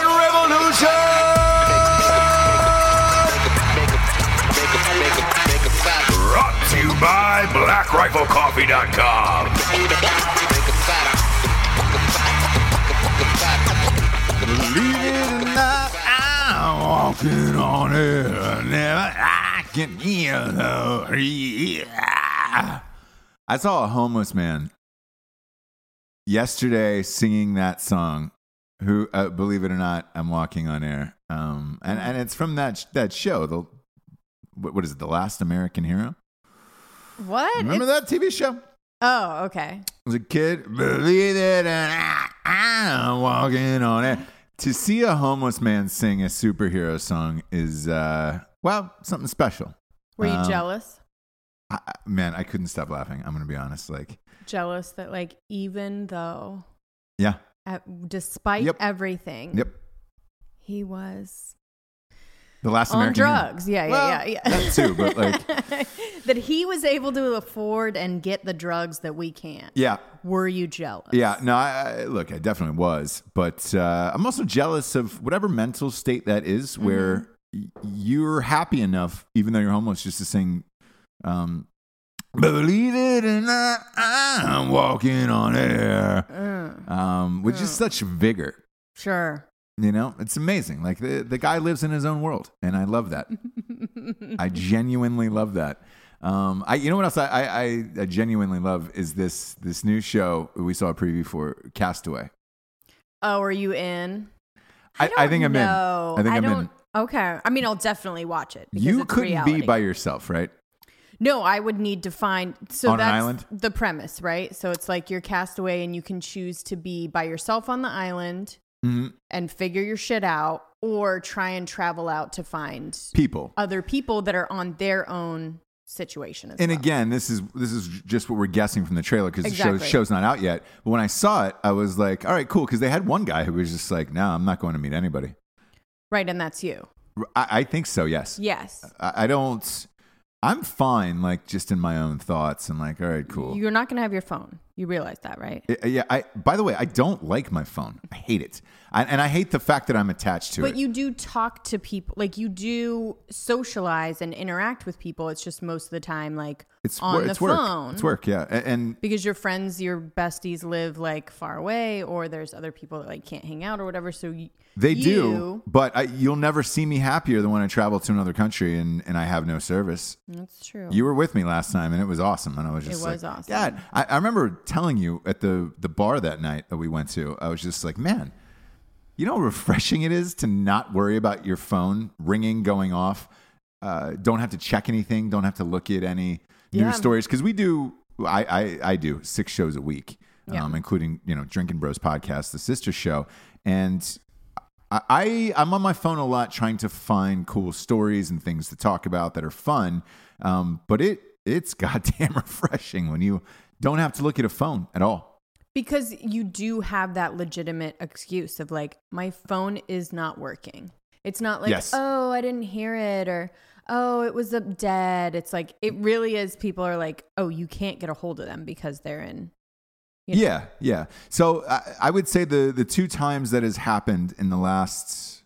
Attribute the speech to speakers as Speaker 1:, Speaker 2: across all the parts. Speaker 1: Revolution! Brought to you by BlackRifleCoffee.com. Believe it or not, I'm walking on it. Never I can hear the I saw a homeless man yesterday singing that song. Who, uh, believe it or not, I'm walking on air. Um, and and it's from that sh- that show. The what, what is it? The Last American Hero.
Speaker 2: What?
Speaker 1: Remember that TV show?
Speaker 2: Oh, okay.
Speaker 1: As a kid, believe it, and I, I'm walking on it. To see a homeless man sing a superhero song is, uh, well, something special.
Speaker 2: Were you
Speaker 1: Um,
Speaker 2: jealous?
Speaker 1: I, I- man, I couldn't stop laughing. I'm gonna be honest. Like,
Speaker 2: Jealous that like even though
Speaker 1: yeah,
Speaker 2: at, despite
Speaker 1: Yep.
Speaker 2: everything,
Speaker 1: yep.
Speaker 2: he was
Speaker 1: The last
Speaker 2: on
Speaker 1: American Hero.
Speaker 2: drugs. Yeah, yeah,
Speaker 1: Well,
Speaker 2: yeah, yeah.
Speaker 1: that too, but,
Speaker 2: that he was able to afford and get the drugs that we can't.
Speaker 1: Yeah,
Speaker 2: Were you jealous?
Speaker 1: yeah. No, I, I look, I definitely was, but uh, I'm also jealous of whatever mental state that is where y- you're happy enough, even though you're homeless, just to sing um, Believe it or not, I'm walking on air. Um, with just such vigor.
Speaker 2: Sure.
Speaker 1: You know, it's amazing. Like the, the guy lives in his own world, and I love that. I genuinely love that. Um, I, you know what else I, I, I, I genuinely love is this this new show we saw a preview for Castaway.
Speaker 2: Oh, are you in?
Speaker 1: I, I,
Speaker 2: don't
Speaker 1: think I'm
Speaker 2: know.
Speaker 1: in. I think am
Speaker 2: don't,
Speaker 1: in.
Speaker 2: Okay. I mean, I'll definitely watch it. because
Speaker 1: You
Speaker 2: it's
Speaker 1: couldn't
Speaker 2: reality.
Speaker 1: be by yourself, right?
Speaker 2: No, I would need to find so
Speaker 1: On an
Speaker 2: that's
Speaker 1: island?
Speaker 2: the premise, right? So it's like you're castaway and you can choose to be by yourself on the island
Speaker 1: Mhm.
Speaker 2: and figure your shit out or try and travel out to find
Speaker 1: People.
Speaker 2: other people that are on their own situation as
Speaker 1: And
Speaker 2: well.
Speaker 1: again, this is this is just what we're guessing from the trailer because the
Speaker 2: Exactly.
Speaker 1: show, show's not out yet. But when I saw it, I was like, "All right, cool," because they had one guy who was just like, "No, I'm not going to meet anybody."
Speaker 2: Right, and that's you.
Speaker 1: I, I think so. Yes.
Speaker 2: Yes.
Speaker 1: I, I don't. I'm fine, like just in my own thoughts and like, all right, cool.
Speaker 2: You're not gonna have your phone. You realize that, right?
Speaker 1: I- yeah. I. By the way, I don't like my phone. I hate it, I, and I hate the fact that I'm attached to
Speaker 2: But
Speaker 1: it.
Speaker 2: you do talk to people, like you do socialize and interact with people. It's just most of the time, like
Speaker 1: it's
Speaker 2: on
Speaker 1: wor-
Speaker 2: the
Speaker 1: it's work.
Speaker 2: phone.
Speaker 1: It's work. Yeah, A- and,
Speaker 2: because your friends, your besties live like far away, or there's other people that like can't hang out or whatever. So y-
Speaker 1: they do.
Speaker 2: you-
Speaker 1: But I, you'll never see me happier than when I travel to another country and and I have no service.
Speaker 2: That's true.
Speaker 1: You were with me last time, and it was awesome. And I was just
Speaker 2: was
Speaker 1: like,
Speaker 2: awesome.
Speaker 1: God, I, I remember telling you at the the bar that night that we went to. I was just like, man, you know how refreshing it is to not worry about your phone ringing, going off. Uh, don't have to check anything. Don't have to look at any news
Speaker 2: Yeah.
Speaker 1: stories because we do. I, I I do six shows a week,
Speaker 2: Yeah.
Speaker 1: um, including you know Drinking Bros podcast, the sister show, and I, I I'm on my phone a lot trying to find cool stories and things to talk about that are fun. Um, but it it's goddamn refreshing when you don't have to look at a phone at all.
Speaker 2: Because you do have that legitimate excuse of like, my phone is not working. It's not like,
Speaker 1: Yes.
Speaker 2: oh, I didn't hear it or oh, it was up dead. It's like it really is people are like, oh, you can't get a hold of them because they're in you know.
Speaker 1: Yeah, yeah. So I, I would say the the two times that has happened in the last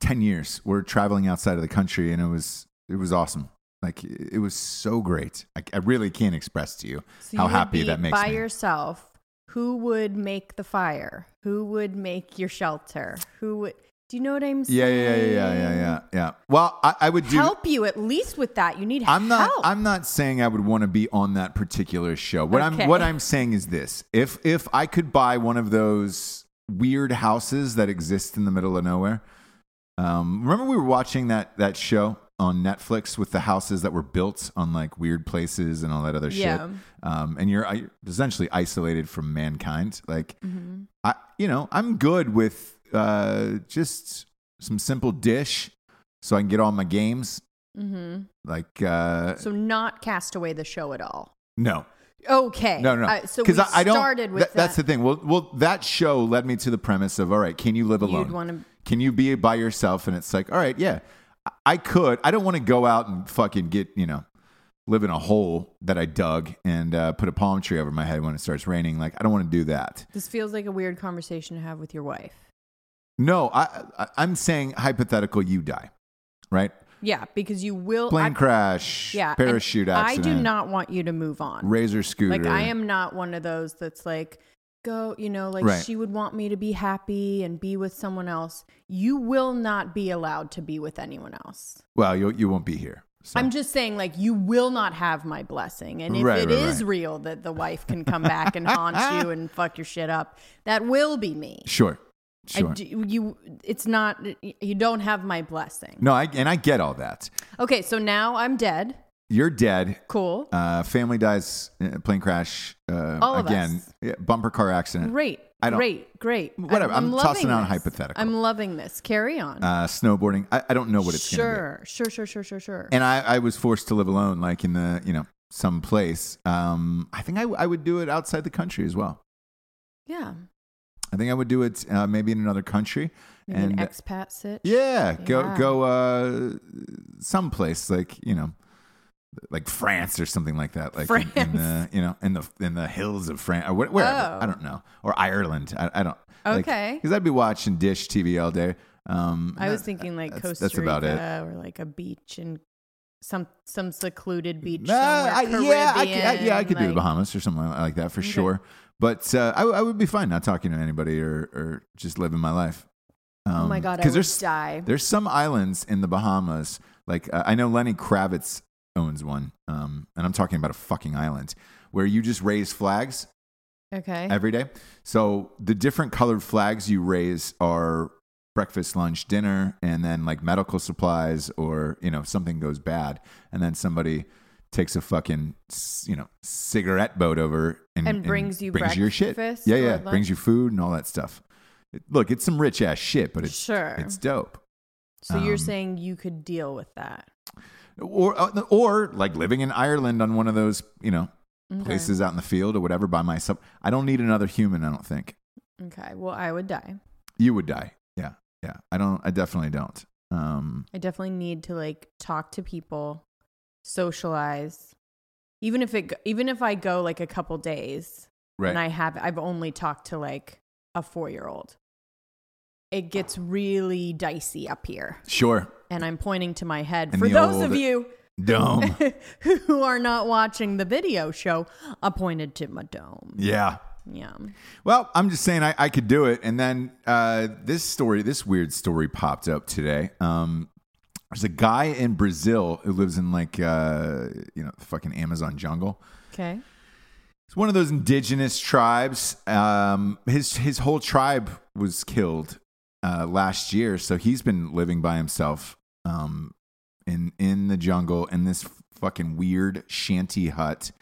Speaker 1: ten years, we're traveling outside of the country, and it was it was awesome. Like it was so great. I, I really can't express to you
Speaker 2: So
Speaker 1: how
Speaker 2: you would
Speaker 1: happy
Speaker 2: be
Speaker 1: that makes
Speaker 2: by
Speaker 1: me.
Speaker 2: yourself. Who would make the fire? Who would make your shelter? Who would do you know what I'm saying?
Speaker 1: yeah, yeah, yeah, yeah, yeah, yeah, yeah. Well, I, I would do.
Speaker 2: help you at least with that. You need
Speaker 1: I'm not.
Speaker 2: help.
Speaker 1: I'm not saying I would want to be on that particular show. What
Speaker 2: Okay.
Speaker 1: I'm what I'm saying is this: if if I could buy one of those weird houses that exist in the middle of nowhere, um, remember we were watching that that show on Netflix with the houses that were built on like weird places and all that other
Speaker 2: Yeah.
Speaker 1: shit. Um, and you're, you're essentially isolated from mankind. Like,
Speaker 2: Mm-hmm.
Speaker 1: I you know I'm good with uh, just some simple dish, so I can get all my games.
Speaker 2: Mm-hmm.
Speaker 1: Like uh,
Speaker 2: so not cast away the show at all.
Speaker 1: no,
Speaker 2: Okay.
Speaker 1: no, no.
Speaker 2: Uh, so we
Speaker 1: 'Cause
Speaker 2: started with
Speaker 1: that- That's the thing. Well, well, that show led me to the premise of all right, can you live
Speaker 2: You'd
Speaker 1: alone?
Speaker 2: wanna-
Speaker 1: Can you be by yourself? And it's like, all right, yeah, I- I could. I don't want to go out and fucking get you know, live in a hole that I dug and uh, put a palm tree over my head when it starts raining. Like I don't want to do that.
Speaker 2: This feels like a weird conversation to have with your wife.
Speaker 1: No, I, I I'm saying hypothetical. You die, right?
Speaker 2: Yeah, because you will
Speaker 1: Plane
Speaker 2: I-
Speaker 1: crash.
Speaker 2: Yeah, and
Speaker 1: Parachute accident.
Speaker 2: I do not want you to move on.
Speaker 1: Razor scooter.
Speaker 2: Like I am not one of those that's like go, you know, like
Speaker 1: Right.
Speaker 2: she would want me to be happy and be with someone else. You will not be allowed to be with anyone else.
Speaker 1: Well, you you won't be here. So.
Speaker 2: I'm just saying like you will not have my blessing. And if
Speaker 1: Right,
Speaker 2: it is
Speaker 1: right, right.
Speaker 2: real that the wife can come back and haunt you and fuck your shit up, that will be me.
Speaker 1: sure.
Speaker 2: I
Speaker 1: Sure.
Speaker 2: do- you it's not you don't have my blessing.
Speaker 1: No, I, and I get all that.
Speaker 2: Okay, so now I'm dead.
Speaker 1: You're dead.
Speaker 2: Cool.
Speaker 1: Uh, family dies. uh, Plane crash. Uh,
Speaker 2: All of
Speaker 1: again,
Speaker 2: us.
Speaker 1: Yeah, bumper car accident.
Speaker 2: Great.
Speaker 1: I don't-
Speaker 2: great, great.
Speaker 1: Whatever, I'm
Speaker 2: loving
Speaker 1: tossing out
Speaker 2: this.
Speaker 1: hypothetical.
Speaker 2: I'm loving this. Carry on.
Speaker 1: Uh, snowboarding. I, I don't know what it's going to
Speaker 2: sure, sure, sure, sure, sure, sure.
Speaker 1: be. And I, I was forced to live alone, like in the you know some place. Um, I think I, w- I would do it outside the country as well.
Speaker 2: yeah.
Speaker 1: I think I would do it uh, maybe in another country.
Speaker 2: Maybe
Speaker 1: and uh,
Speaker 2: an expat sit.
Speaker 1: yeah, go
Speaker 2: Yeah.
Speaker 1: go uh, someplace like you know, like France or something like that. Like in- In, the
Speaker 2: France.
Speaker 1: you know in the in the hills of France or wh- wherever
Speaker 2: Oh.
Speaker 1: I don't know or Ireland. I, I don't
Speaker 2: Okay.
Speaker 1: because I'd be watching Dish TV all day. Um,
Speaker 2: I was
Speaker 1: that-
Speaker 2: thinking like
Speaker 1: that's,
Speaker 2: Costa
Speaker 1: That's about it.
Speaker 2: Rica or like a beach and some some secluded beach.
Speaker 1: Nah, I-
Speaker 2: somewhere,
Speaker 1: yeah, I could, I, yeah, I could
Speaker 2: Caribbean,
Speaker 1: do the
Speaker 2: like-
Speaker 1: Bahamas or something like that for sure. But uh, I, I would be fine not talking to anybody or, or just living my life. Um,
Speaker 2: Oh my god, I
Speaker 1: 'cause
Speaker 2: would
Speaker 1: there's-
Speaker 2: die.
Speaker 1: There's some islands in the Bahamas, like uh, I know Lenny Kravitz owns one, um, and I'm talking about a fucking island where you just raise flags
Speaker 2: Okay.
Speaker 1: every day. So the different colored flags you raise are breakfast, lunch, dinner, and then like medical supplies, or you know if something goes bad, and then somebody takes a fucking s- you know cigarette boat over and,
Speaker 2: And brings you
Speaker 1: your shit. Yeah,
Speaker 2: breakfast or
Speaker 1: yeah,
Speaker 2: lunch?
Speaker 1: brings you food and all that stuff. It- Look, it's some rich ass shit, but it's
Speaker 2: Sure.
Speaker 1: it's dope.
Speaker 2: so you're
Speaker 1: um,
Speaker 2: saying you could deal with that?
Speaker 1: or uh, or like living in Ireland on one of those you know
Speaker 2: Okay.
Speaker 1: places out in the field or whatever by myself. I don't need another human. I don't think
Speaker 2: Okay. Well, I would die.
Speaker 1: you would die. Yeah, yeah. I don't. I definitely don't. Um,
Speaker 2: I definitely need to like talk to people, socialize. Even if it, even if I go like a couple days and I have, I've only talked to like a four year old. It gets really dicey up here,
Speaker 1: sure.
Speaker 2: and I'm pointing to my head
Speaker 1: And
Speaker 2: for
Speaker 1: the
Speaker 2: those
Speaker 1: old-
Speaker 2: of you
Speaker 1: Dome.
Speaker 2: who are not watching the video show. I pointed to my dome.
Speaker 1: yeah.
Speaker 2: Yeah,
Speaker 1: Well, I'm just saying I, I could do it. And then uh, this story, this weird story popped up today. Um, there's a guy in Brazil who lives in like uh, you know the fucking Amazon jungle.
Speaker 2: okay.
Speaker 1: It's one of those indigenous tribes. Um, his his whole tribe was killed uh, last year, so he's been living by himself um, in in the jungle in this fucking weird shanty hut.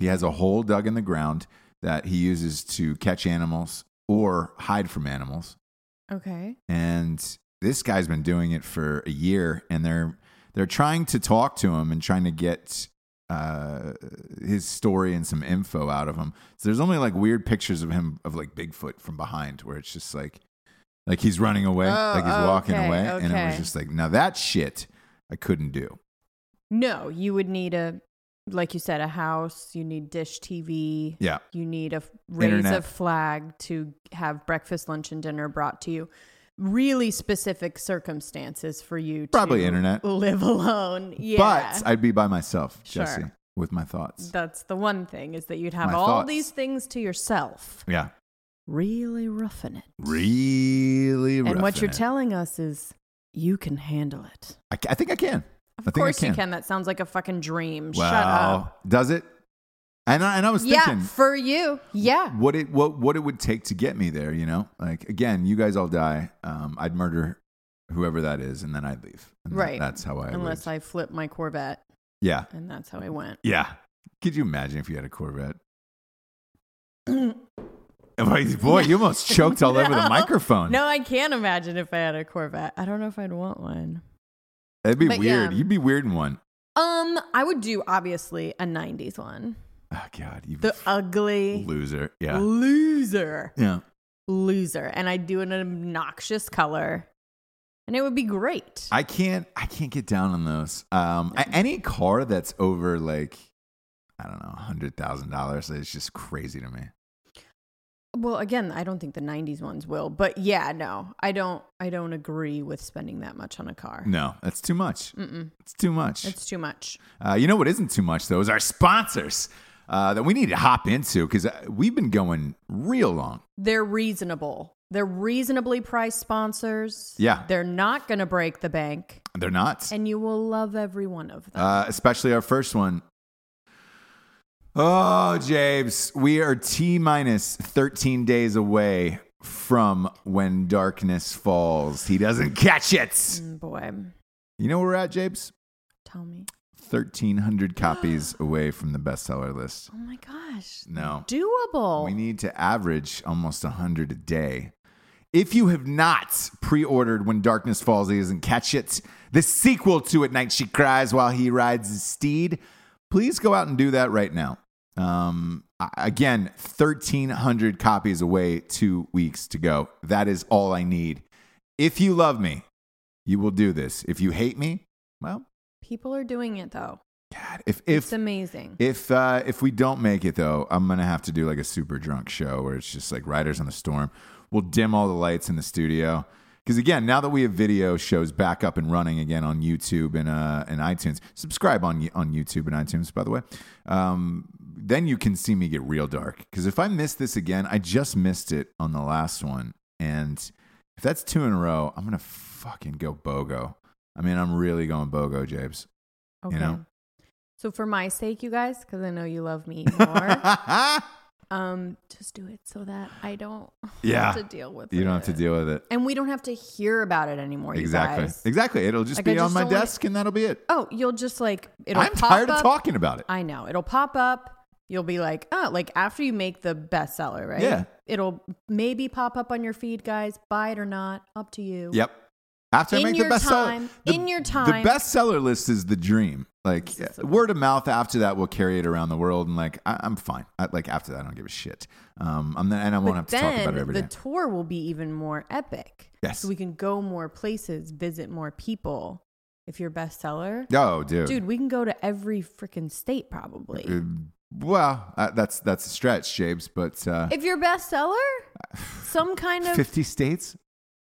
Speaker 1: He has a hole dug in the ground that he uses to catch animals or hide from animals.
Speaker 2: Okay.
Speaker 1: and this guy's been doing it for a year and they're they're trying to talk to him and trying to get uh his story and some info out of him so there's only like weird pictures of him of like bigfoot from behind where it's just like like he's running away
Speaker 2: Oh,
Speaker 1: like he's
Speaker 2: oh,
Speaker 1: walking
Speaker 2: okay,
Speaker 1: away and it was
Speaker 2: okay.
Speaker 1: just like now that shit i couldn't do
Speaker 2: No, you would need a, like you said, a house. You need dish TV.
Speaker 1: yeah
Speaker 2: You need a f- raise a
Speaker 1: Internet.
Speaker 2: flag to have breakfast, lunch, and dinner brought to you. Really specific circumstances for you to
Speaker 1: Probably internet.
Speaker 2: live alone. Yeah,
Speaker 1: but i'd be by myself
Speaker 2: Sure.
Speaker 1: jesse with my thoughts
Speaker 2: that's the one thing is that you'd have
Speaker 1: My
Speaker 2: all
Speaker 1: thoughts.
Speaker 2: these things to yourself.
Speaker 1: yeah
Speaker 2: Really roughing it.
Speaker 1: really
Speaker 2: and what
Speaker 1: roughing
Speaker 2: you're
Speaker 1: it.
Speaker 2: telling us is you can handle it.
Speaker 1: I, ca- I think i can I
Speaker 2: Of
Speaker 1: think I
Speaker 2: course you
Speaker 1: can.
Speaker 2: can. That sounds like a fucking dream.
Speaker 1: Wow.
Speaker 2: Shut up.
Speaker 1: Does it? And I, and I was
Speaker 2: Yeah,
Speaker 1: thinking
Speaker 2: for you. Yeah.
Speaker 1: what it what what it would take to get me there. You know, like again, you guys all die. Um, I'd murder whoever that is, and then I'd leave. And that-
Speaker 2: Right.
Speaker 1: that's how I.
Speaker 2: Unless
Speaker 1: lived.
Speaker 2: I flip my Corvette,
Speaker 1: Yeah.
Speaker 2: and that's how I went.
Speaker 1: Yeah. Could you imagine if you had a Corvette? Boy, boy, you almost choked all over the
Speaker 2: No.
Speaker 1: microphone.
Speaker 2: No, I can't imagine if I had a Corvette. I don't know if I'd want one.
Speaker 1: That'd be
Speaker 2: but
Speaker 1: weird.
Speaker 2: yeah.
Speaker 1: You'd be weird in one.
Speaker 2: Um, I would do obviously a '90s one.
Speaker 1: Oh God, you
Speaker 2: The uh, ugly
Speaker 1: loser. Yeah.
Speaker 2: loser,
Speaker 1: Yeah.
Speaker 2: loser, and I'd do an obnoxious color, and it would be great.
Speaker 1: I can't I can't get down on those. Um a- any car that's over like I don't know, hundred thousand dollars is just crazy to me.
Speaker 2: well, again, I don't think the '90s ones will, but yeah, no, I don't. I don't agree with spending that much on a car.
Speaker 1: No, that's too much.
Speaker 2: Mm-mm.
Speaker 1: It's too much.
Speaker 2: It's too much.
Speaker 1: Uh, you know what isn't too much though is our sponsors uh, that we need to hop into because we've been going real long.
Speaker 2: They're reasonable. They're reasonably priced sponsors.
Speaker 1: Yeah.
Speaker 2: They're not going to break the bank,
Speaker 1: They're not,
Speaker 2: and you will love every one of them.
Speaker 1: uh, especially our first one. Oh, James, we are T minus 13 days away from when darkness falls. He doesn't catch it.
Speaker 2: Mm, Boy,
Speaker 1: You know where we're at, Japes?
Speaker 2: tell me.
Speaker 1: 1,300 copies away from the bestseller list.
Speaker 2: Oh my gosh.
Speaker 1: No.
Speaker 2: Doable.
Speaker 1: We need to average almost 100 a day. If you have not pre ordered When Darkness Falls, He Doesn't Catch It, the sequel to At Night She Cries While He Rides His Steed, please go out and do that right now. Um, I- again, 1,300 copies away, two weeks to go. That is all I need. If you love me, you will do this. If you hate me, well,
Speaker 2: People are doing it though.
Speaker 1: God, if, if
Speaker 2: it's amazing.
Speaker 1: if uh, if we don't make it though, I'm gonna have to do like a super drunk show where it's just like Riders on the Storm. We'll dim all the lights in the studio because again, now that we have video shows back up and running again on YouTube and uh, and iTunes, subscribe on on YouTube and iTunes. By the way, um, then you can see me get real dark. Because if I miss this again, I just missed it on the last one, and if that's two in a row, I'm gonna fucking go bogo. I mean, I'm really going bogo, Jabes.
Speaker 2: okay.
Speaker 1: know.
Speaker 2: So for my sake, you guys, because I know you love me more, um, just do it so that I don't
Speaker 1: Yeah.
Speaker 2: have to deal with it.
Speaker 1: you don't have to deal with it.
Speaker 2: And we don't have to hear about it anymore. you
Speaker 1: Exactly.
Speaker 2: guys.
Speaker 1: Exactly. It'll just
Speaker 2: Like, I
Speaker 1: be on
Speaker 2: just
Speaker 1: my
Speaker 2: don't wanna-
Speaker 1: desk and that'll be it.
Speaker 2: Oh, you'll just like it'll
Speaker 1: I'm
Speaker 2: pop
Speaker 1: tired
Speaker 2: up.
Speaker 1: of talking about it.
Speaker 2: I know. It'll pop up. You'll be like, oh, like after you make the bestseller, right?
Speaker 1: Yeah.
Speaker 2: It'll maybe pop up on your feed, guys. Buy it or not, up to you.
Speaker 1: Yep. After
Speaker 2: In
Speaker 1: I make
Speaker 2: your
Speaker 1: the bestseller,
Speaker 2: time.
Speaker 1: the-
Speaker 2: In your time.
Speaker 1: the bestseller list is the dream. Like
Speaker 2: This is
Speaker 1: uh, word of mouth. After that, we'll carry it around the world, and like I, I'm fine. I, like after that, I don't give a shit. Um, I'm not, and I won't have
Speaker 2: But
Speaker 1: to talk about
Speaker 2: then
Speaker 1: it every
Speaker 2: the
Speaker 1: day.
Speaker 2: tour will be even more epic.
Speaker 1: Yes.
Speaker 2: So we can go more places, visit more people. If you're bestseller,
Speaker 1: oh, dude.
Speaker 2: dude, we can go to every freaking state probably.
Speaker 1: Uh, well, uh, that's that's a stretch, James. But uh,
Speaker 2: if you're bestseller, some kind of
Speaker 1: 50 states.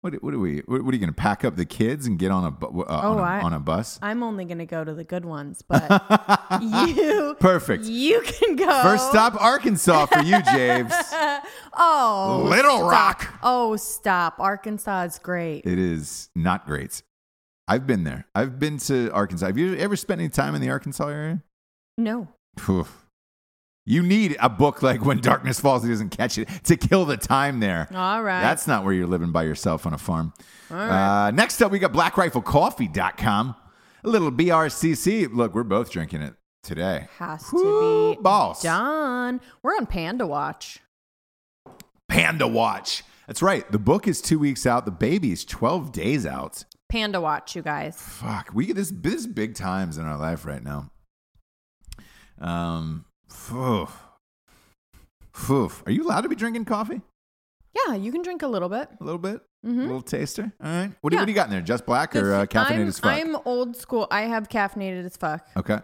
Speaker 1: What, what are we? What, what are you going to pack up the kids and get on a bu- uh,
Speaker 2: Oh,
Speaker 1: on, a,
Speaker 2: I-
Speaker 1: on a bus?
Speaker 2: I'm only gonna go to the good ones, but you
Speaker 1: Perfect.
Speaker 2: You can go
Speaker 1: First stop, Arkansas for you, Javes.
Speaker 2: oh,
Speaker 1: Little
Speaker 2: stop.
Speaker 1: Rock.
Speaker 2: Oh, stop! Arkansas is great.
Speaker 1: It is not great. I've been there. I've been to Arkansas. Have you ever spent any time in the Arkansas area?
Speaker 2: no,
Speaker 1: Phew. You need a book like When Darkness Falls, He Doesn't Catch It to kill the time there.
Speaker 2: all right,
Speaker 1: That's not where you're living by yourself on a farm.
Speaker 2: all right.
Speaker 1: Uh, next up, we got blackriflecoffee.com. A little BRCC. Look, we're both drinking it today.
Speaker 2: Has
Speaker 1: whoo,
Speaker 2: to be
Speaker 1: boss.
Speaker 2: done. We're on Panda Watch.
Speaker 1: Panda Watch. That's right. The book is two weeks out. The baby is twelve days out.
Speaker 2: Panda watch, you guys.
Speaker 1: Fuck, we this this is big times in our life right now. Um, phew. Phew. Are you allowed to be drinking coffee?
Speaker 2: Yeah, you can drink a little bit.
Speaker 1: A little bit, a
Speaker 2: Mm-hmm.
Speaker 1: little taster. All right. What, do,
Speaker 2: Yeah.
Speaker 1: what do you got in there? Just black or uh, caffeinated
Speaker 2: I'm,
Speaker 1: as fuck?
Speaker 2: I'm old school. I have caffeinated as fuck,
Speaker 1: okay.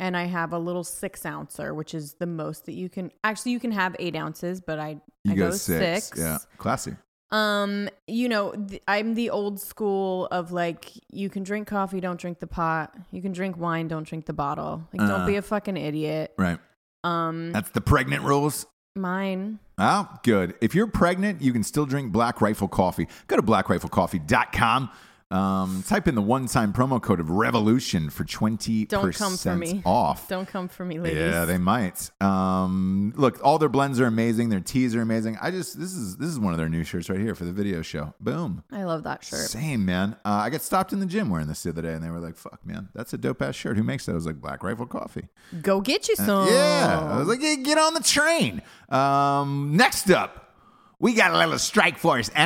Speaker 2: and I have a little six ouncer, which is the most that you can. Actually, you can have eight ounces, but I
Speaker 1: You
Speaker 2: I
Speaker 1: go,
Speaker 2: go
Speaker 1: six.
Speaker 2: six.
Speaker 1: Yeah, classy.
Speaker 2: Um, you know, th- I'm the old school of like, you can drink coffee, don't drink the pot. You can drink wine, don't drink the bottle. Like,
Speaker 1: Uh.
Speaker 2: don't be a fucking idiot.
Speaker 1: Right.
Speaker 2: Um,
Speaker 1: That's the pregnant rules.
Speaker 2: mine.
Speaker 1: Oh, good. If you're pregnant, you can still drink Black Rifle Coffee. Go to blackriflecoffee.com. Um, type in the one-time promo code of revolution for 20%
Speaker 2: Don't come for me.
Speaker 1: off.
Speaker 2: Don't come for me, ladies.
Speaker 1: Yeah, they might. Um, look, all their blends are amazing. Their teas are amazing. I just this is this is one of their new shirts right here for the video show. Boom.
Speaker 2: I love that shirt.
Speaker 1: Same man. Uh, I got stopped in the gym wearing this the other day, and they were like, "Fuck, man, that's a dope ass shirt. Who makes that?" I was like, "Black Rifle Coffee."
Speaker 2: Go get you some.
Speaker 1: Uh, Yeah. I was like, "Yeah, get on the train. Um, next up, we got a little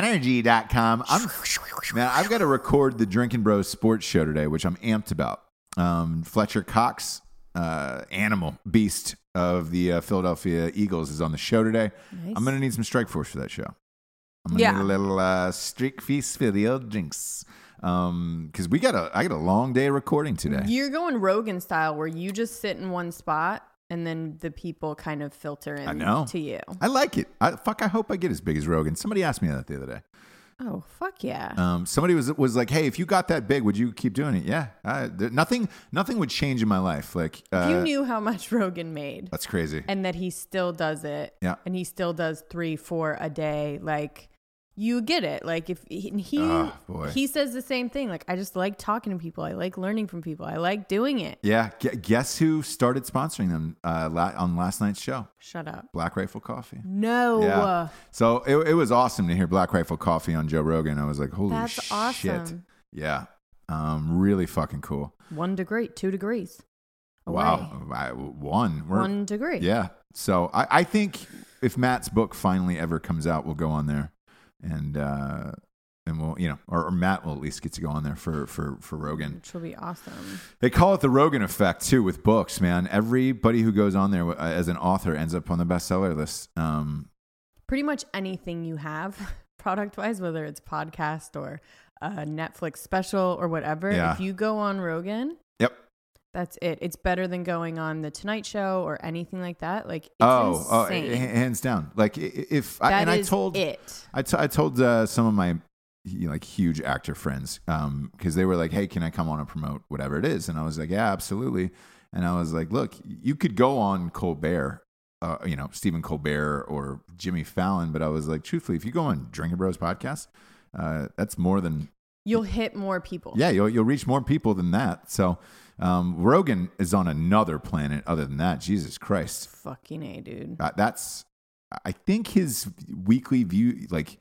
Speaker 1: strikeforceenergy.com. I'm, man, I've got to record the Drinking Bros sports show today, which I'm amped about. Um, Fletcher Cox, uh, animal, beast of the uh, Philadelphia Eagles, is on the show today. I'm going to need some Strike Force for that show. I'm gonna
Speaker 2: Yeah.
Speaker 1: need a little uh, streak feast for the old drinks, um, because we got a I got a long day recording today.
Speaker 2: You're going Rogan style where you just sit in one spot and then the people kind of filter in
Speaker 1: I know.
Speaker 2: to you.
Speaker 1: I like it. I, fuck, I hope I get as big as Rogan. Somebody asked me that the other day.
Speaker 2: Oh, fuck yeah.
Speaker 1: Um, somebody was was like, "Hey, if you got that big, would you keep doing it?" Yeah, I, there, nothing nothing would change in my life. Like
Speaker 2: if
Speaker 1: uh,
Speaker 2: you knew how much Rogan made
Speaker 1: that's crazy.
Speaker 2: and that he still does it
Speaker 1: Yeah.
Speaker 2: and he still does three, four a day, like you get it. Like if he he,
Speaker 1: Oh, boy.
Speaker 2: he says the same thing. Like I just like talking to people. I like learning from people. I like doing it.
Speaker 1: yeah, gu- guess who started sponsoring them uh, la- on last night's show?
Speaker 2: Shut up.
Speaker 1: Black Rifle Coffee.
Speaker 2: No. Uh,
Speaker 1: Yeah. So it, it was awesome to hear Black Rifle Coffee on Joe Rogan. I was like, holy
Speaker 2: That's
Speaker 1: shit.
Speaker 2: awesome.
Speaker 1: Yeah. Um, really fucking cool.
Speaker 2: One degree, two degrees. Away.
Speaker 1: Wow. I, one. We're-
Speaker 2: One degree.
Speaker 1: Yeah. So I, I think if Matt's book finally ever comes out, we'll go on there and, uh, and we'll, you know, or, or Matt will at least get to go on there for, for, for Rogan.
Speaker 2: Which will be awesome.
Speaker 1: They call it the Rogan effect too with books, man. Everybody who goes on there uh, as an author ends up on the bestseller list. Um,
Speaker 2: Pretty much anything you have product wise, whether it's podcast or a Netflix special or whatever,
Speaker 1: Yeah.
Speaker 2: if you go on Rogan,
Speaker 1: yep.
Speaker 2: That's it. It's better than going on the Tonight Show or anything like that. Like it's
Speaker 1: Oh, oh, h-
Speaker 2: insane.
Speaker 1: hands down. Like i- i- if I,
Speaker 2: That
Speaker 1: and I
Speaker 2: is
Speaker 1: told
Speaker 2: it.
Speaker 1: I, t- I told uh, some of my you know, like huge actor friends because they were like, "Hey, can I come on and promote whatever it is?" And I was like, "Yeah, absolutely." And I was like, "Look, you could go on Colbert, uh, you know, Stephen Colbert or Jimmy Fallon, but I was like, truthfully, if you go on Drinking Bros podcast, uh, that's more than
Speaker 2: You'll hit more people.
Speaker 1: yeah, you'll you'll reach more people than that." So um, Rogan is on another planet other than that. Jesus Christ.
Speaker 2: Fucking a dude.
Speaker 1: Uh, that's I think his weekly view like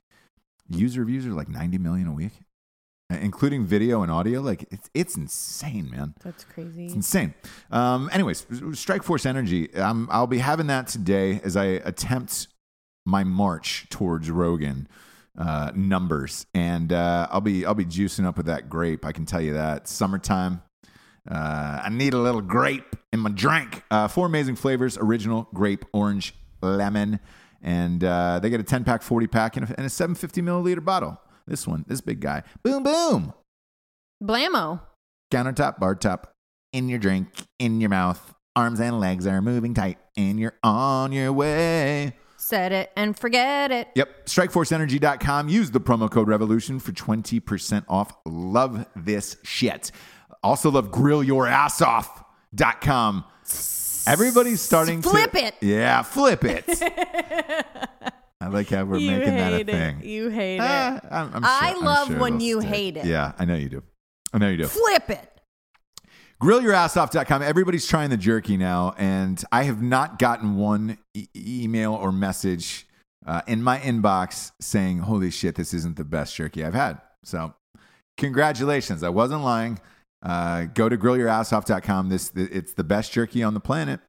Speaker 1: user views are like 90 million a week, uh, including video and audio. Like it's it's insane, man.
Speaker 2: That's crazy.
Speaker 1: It's insane. Um, anyways, Strike Force Energy. Um, I'll be having that today as I attempt my march towards Rogan uh, numbers, and uh, I'll be I'll be juicing up with that grape. I can tell you that summertime. Uh, I need a little grape in my drink. Uh, four amazing flavors: original, grape, orange, lemon, and uh, they get a ten pack, forty pack, and a, and a seven fifty milliliter bottle. This one, this big guy. Boom, boom
Speaker 2: Blammo.
Speaker 1: countertop, bar top, in your drink, in your mouth. Arms and legs are moving tight, and you're on your way.
Speaker 2: Said it and forget it.
Speaker 1: Yep, strikeforceenergy.com. Use the promo code revolution for 20% off. Love this shit. Also love grillyourassoff.com. Everybody's starting
Speaker 2: Flip
Speaker 1: to
Speaker 2: it.
Speaker 1: Yeah, flip it. I like how we're
Speaker 2: you
Speaker 1: making that a
Speaker 2: hate
Speaker 1: thing.
Speaker 2: it. You hate
Speaker 1: Ah,
Speaker 2: it.
Speaker 1: I'm- I'm
Speaker 2: I
Speaker 1: sure- I'm
Speaker 2: love
Speaker 1: sure
Speaker 2: when
Speaker 1: it'll
Speaker 2: you
Speaker 1: stick.
Speaker 2: hate it.
Speaker 1: Yeah, I know you do. I know you do.
Speaker 2: Flip it.
Speaker 1: grillyourassoff.com everybody's trying the jerky now and i have not gotten one e- email or message uh, in my inbox saying holy shit this isn't the best jerky i've had so congratulations i wasn't lying uh, go to grillyourassoff.com this it's the best jerky on the planet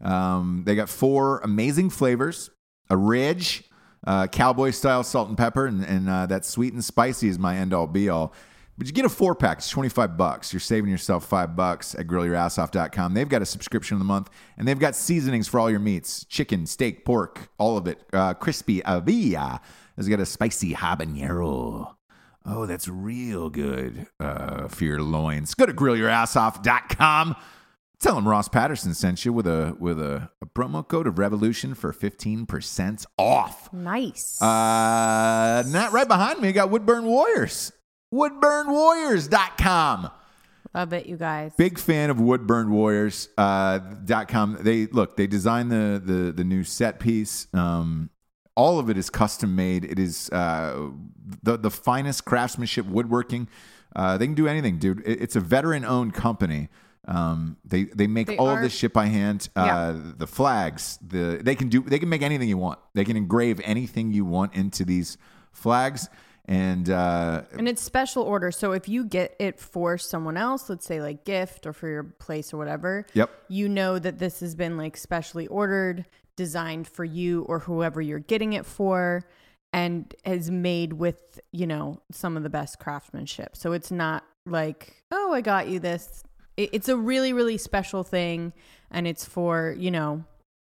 Speaker 1: um, they got four amazing flavors a ridge uh, cowboy style salt and pepper, and, and uh, that sweet and spicy is my end all be all. But you get a four pack, it's 25 bucks. You're saving yourself five bucks at grillyourassoff.com. They've got a subscription of the month, and they've got seasonings for all your meats chicken, steak, pork, all of it. Uh, crispy Avilla has got a spicy habanero. Oh, that's real good uh, for your loins. Go to grillyourassoff.com. Tell them Ross Patterson sent you with a with a, a promo code of Revolution for fifteen percent off.
Speaker 2: Nice.
Speaker 1: Uh, not right behind me. I got Woodburn Warriors. WoodburnWarriors.com.
Speaker 2: Love it, you guys.
Speaker 1: Big fan of WoodburnWarriors.com. they look. They designed the the the new set piece. Um, all of it is custom made. It is uh, the the finest craftsmanship woodworking. Uh, they can do anything, dude. It- it's a veteran owned company. Um, they they make
Speaker 2: They
Speaker 1: all
Speaker 2: are-
Speaker 1: of this shit by hand. Uh,
Speaker 2: Yeah.
Speaker 1: The flags, the they can do they can make anything you want. They can engrave anything you want into these flags. And uh,
Speaker 2: And it's special order. So if you get it for someone else, let's say like gift or for your place or whatever,
Speaker 1: Yep.
Speaker 2: you know that this has been like specially ordered, designed for you or whoever you're getting it for, and is made with, you know, some of the best craftsmanship. So it's not like, oh, I got you this. It- It's a really, really special thing. And it's for, you know,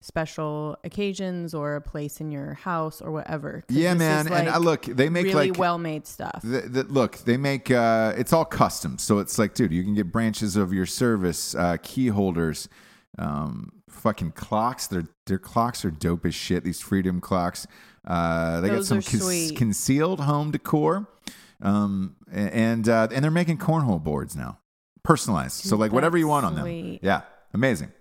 Speaker 2: special occasions or a place in your house or whatever. 'Cause
Speaker 1: Yeah,
Speaker 2: this
Speaker 1: man.
Speaker 2: is,
Speaker 1: And, uh, look, they make,
Speaker 2: really
Speaker 1: like-
Speaker 2: well made stuff.
Speaker 1: th- th- look, they make uh, it's all custom, so it's like, dude, you can get branches of your service, uh, key holders, um, fucking clocks. Their their clocks are dope as shit. These Freedom clocks. Uh, they
Speaker 2: Those are
Speaker 1: got some con-
Speaker 2: sweet.
Speaker 1: concealed home decor, um, a- and uh, and they're making cornhole boards now, personalized. so
Speaker 2: Dude,
Speaker 1: like whatever
Speaker 2: that's
Speaker 1: you want on them.
Speaker 2: sweet.
Speaker 1: Yeah, amazing,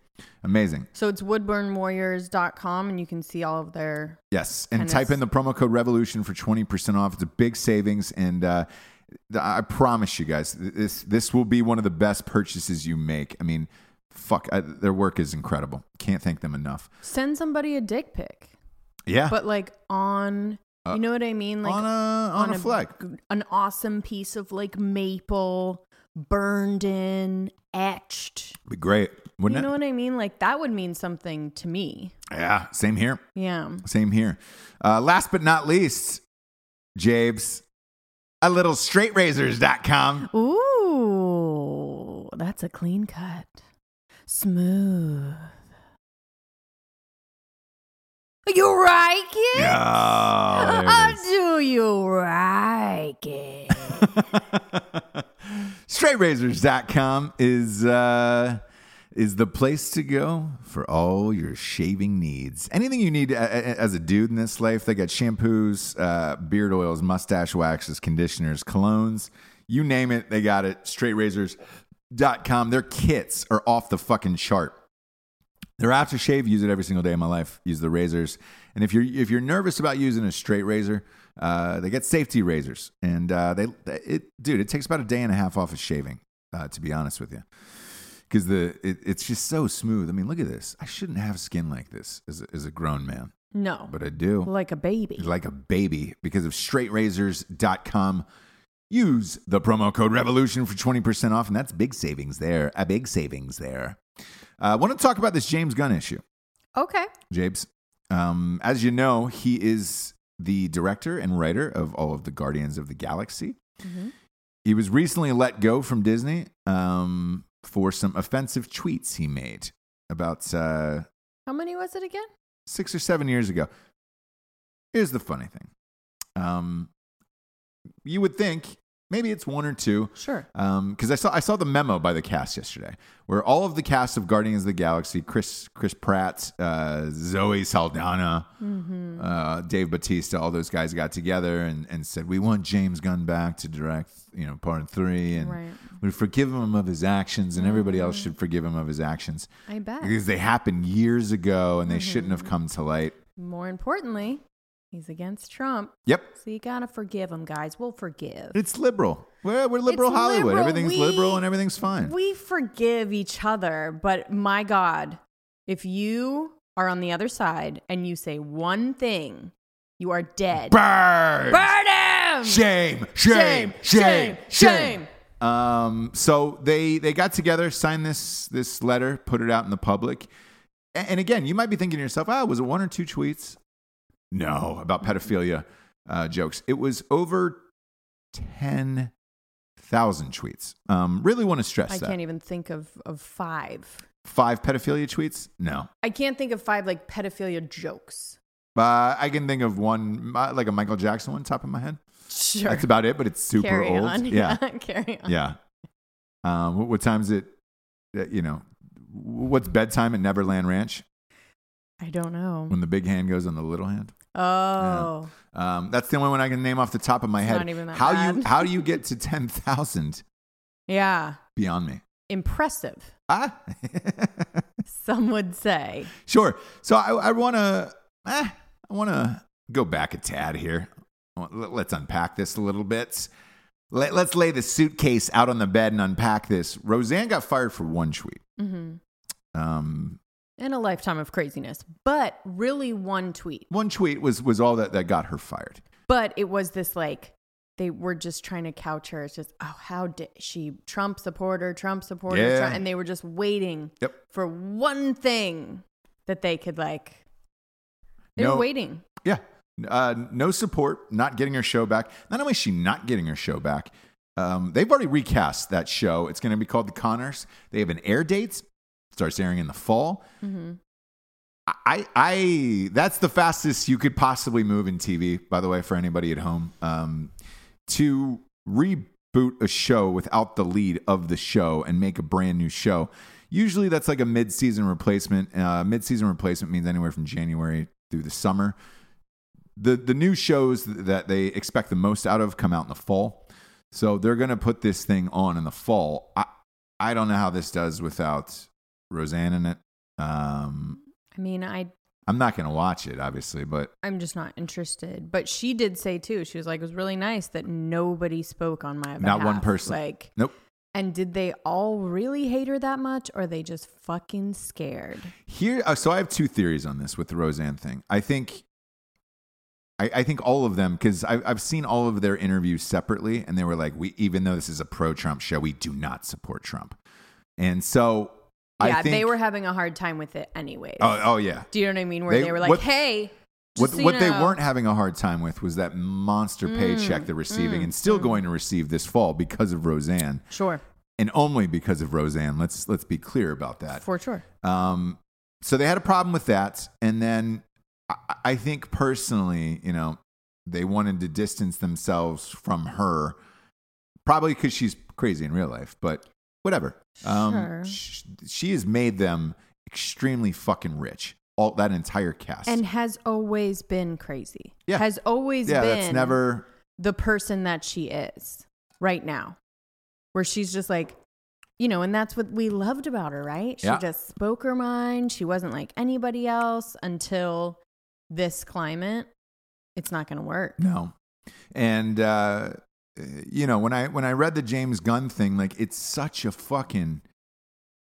Speaker 1: amazing.
Speaker 2: So it's woodburnwarriors.com and you can see all of their
Speaker 1: Yes, and,
Speaker 2: And
Speaker 1: type
Speaker 2: it's-
Speaker 1: in the promo code Revolution for twenty percent off. It's a big savings, and uh, th- I promise you guys, th- this this will be one of the best purchases you make. I mean, fuck, I, their work is incredible. Can't thank them enough.
Speaker 2: send somebody a dick pic.
Speaker 1: Yeah,
Speaker 2: But like on you know what I mean? Like
Speaker 1: on a on, a flag.
Speaker 2: An awesome piece of like maple burned in, etched.
Speaker 1: be great,
Speaker 2: you
Speaker 1: wouldn't
Speaker 2: know
Speaker 1: it?
Speaker 2: what I mean? Like that would mean something to me.
Speaker 1: Yeah, same here,
Speaker 2: Yeah.
Speaker 1: same here. Uh, last but not least, Jabes, a little straightrazors.com.
Speaker 2: Ooh, that's a clean cut. Smooth. You like it?
Speaker 1: Yeah, Oh, there it is.
Speaker 2: do you like it?
Speaker 1: straightrazors.com is uh is the place to go for all your shaving needs. Anything you need a- a- as a dude in this life, they got shampoos, uh, beard oils, mustache waxes, conditioners, colognes, you name it, they got it. Straightrazors.com. Their kits are off the fucking chart. Their aftershave, use it every single day of my life. Use the razors, and if you're if you're nervous about using a straight razor, uh, they get safety razors, and uh, they it dude, it takes about a day and a half off of shaving, uh, to be honest with you, because the it, it's just so smooth. I mean, look at this. I shouldn't have skin like this as a, as a grown man,
Speaker 2: No.
Speaker 1: but I do
Speaker 2: like a baby.
Speaker 1: like a baby because of straightrazors.com. Use the promo code revolution for 20% off, and that's big savings there. A big savings there. I uh, want to talk about this James Gunn issue,
Speaker 2: okay.
Speaker 1: Jabes. Um, as you know, he is the director and writer of all of the Guardians of the Galaxy. He was recently let go from Disney um, for some offensive tweets he made about uh,
Speaker 2: How many was it again?
Speaker 1: six or seven years ago. Here's the funny thing. Um, you would think maybe it's one or two,
Speaker 2: Sure.
Speaker 1: because I saw I saw the memo by the cast yesterday, where all of the cast of Guardians of the Galaxy, Chris Chris Pratt, uh, Zoe Saldana,
Speaker 2: Mm-hmm.
Speaker 1: uh, Dave Batista, all those guys got together and, and said we want James Gunn back to direct, you know, part three, and
Speaker 2: Right. Mm-hmm.
Speaker 1: we forgive him of his actions, and everybody else should forgive him of his actions
Speaker 2: I bet.
Speaker 1: because they happened years ago and they shouldn't
Speaker 2: Mm-hmm.
Speaker 1: have come to light.
Speaker 2: More importantly, he's against Trump.
Speaker 1: Yep.
Speaker 2: So you gotta forgive him, guys. We'll forgive.
Speaker 1: It's liberal. We're, we're liberal
Speaker 2: It's
Speaker 1: Hollywood.
Speaker 2: liberal.
Speaker 1: Everything's
Speaker 2: We-
Speaker 1: liberal and everything's fine.
Speaker 2: We forgive each other, but my God, if you are on the other side and you say one thing, you are dead.
Speaker 1: Burn!
Speaker 2: Burn him!
Speaker 1: Shame! Shame! Shame! Shame! Um, so they they got together, signed this this letter, put it out in the public. A- And again, you might be thinking to yourself, "Ah, was it one or two tweets?" No, about pedophilia uh, jokes. It was over 10,000 tweets. Um, really want to stress
Speaker 2: I
Speaker 1: that.
Speaker 2: can't even think of, of five.
Speaker 1: Five pedophilia tweets? No.
Speaker 2: I can't think of five like pedophilia jokes.
Speaker 1: Uh, I can think of one, uh, like a Michael Jackson one, top of my head.
Speaker 2: Sure.
Speaker 1: That's about it, but it's super
Speaker 2: Carry
Speaker 1: old.
Speaker 2: on.
Speaker 1: Yeah.
Speaker 2: Carry on.
Speaker 1: Yeah. Um, what, what time is it? that, You know, what's bedtime at Neverland Ranch
Speaker 2: I don't know.
Speaker 1: when the big hand goes on the little hand?
Speaker 2: Oh.
Speaker 1: Um, that's the only one I can name off the top of my
Speaker 2: It's
Speaker 1: head.
Speaker 2: not even that
Speaker 1: how you
Speaker 2: bad.
Speaker 1: how do you get to ten thousand
Speaker 2: yeah.
Speaker 1: beyond me?
Speaker 2: Impressive,
Speaker 1: Ah,
Speaker 2: some would say.
Speaker 1: sure. So I, I want to eh, I want to go back a tad here. Well, let- Let's unpack this a little bit. Let, let's lay the suitcase out on the bed and unpack this. Roseanne got fired for one tweet.
Speaker 2: hmm
Speaker 1: Um,
Speaker 2: And a lifetime of craziness, but really one tweet.
Speaker 1: one tweet was was all that that got her fired.
Speaker 2: But it was this like, they were just trying to couch her. It's just, oh, how did she, Trump supporter, Trump supporter.
Speaker 1: Yeah.
Speaker 2: Trump, and they were just waiting
Speaker 1: Yep.
Speaker 2: for one thing that they could like, they
Speaker 1: No.
Speaker 2: were waiting.
Speaker 1: Yeah. Uh, no support, not getting her show back. Not only is she not getting her show back, um, they've already recast that show. It's going to be called The Connors. They have an air date, starts airing in the fall. I, I, that's the fastest you could possibly move in TV, by the way, for anybody at home. Um, to reboot a show without the lead of the show and make a brand new show. Usually that's like a mid-season replacement. Uh, mid-season replacement means anywhere from January through the summer. The the new shows that they expect the most out of come out in the fall. So they're going to put this thing on in the fall. I I don't know how this does without Roseanne in it. Um,
Speaker 2: I mean, I,
Speaker 1: I'm not going to watch it, obviously, but
Speaker 2: I'm just not interested. But she did say too, she was like, it was really nice that nobody spoke on my behalf.
Speaker 1: Not one person.
Speaker 2: Like,
Speaker 1: nope.
Speaker 2: And did they all really hate her that much, or are they just fucking scared?
Speaker 1: Here, uh, so I have two theories on this with the Roseanne thing. I think, I, I think all of them because I've seen all of their interviews separately, and they were like, "We, even though this is a pro-Trump show, we do not support Trump," and so
Speaker 2: Yeah,
Speaker 1: I think,
Speaker 2: they were having a hard time with it anyways.
Speaker 1: Oh, oh yeah.
Speaker 2: Do you know what I mean? Where
Speaker 1: They-
Speaker 2: they, were like,
Speaker 1: what-
Speaker 2: "Hey,
Speaker 1: What,
Speaker 2: just so you
Speaker 1: what they
Speaker 2: know." Mm,
Speaker 1: weren't having a hard time with was that monster paycheck they're receiving and still going to receive this fall because of Roseanne,
Speaker 2: sure
Speaker 1: and only because of Roseanne. Let's let's be clear about that.
Speaker 2: for sure."
Speaker 1: Um, so they had a problem with that, and then I, I think personally, you know, they wanted to distance themselves from her, probably because she's crazy in real life, but whatever. Um,
Speaker 2: Sure.
Speaker 1: sh- she has made them extremely fucking rich. All that entire cast.
Speaker 2: And has always been crazy.
Speaker 1: Yeah.
Speaker 2: has always
Speaker 1: yeah,
Speaker 2: been
Speaker 1: that's never.
Speaker 2: the person that she is right now, where she's just like, you know, and that's what we loved about her, right? She
Speaker 1: Yeah.
Speaker 2: just spoke her mind. She wasn't like anybody else until this climate. It's not going to work.
Speaker 1: No. And uh you know, when I when I read the James Gunn thing, like it's such a fucking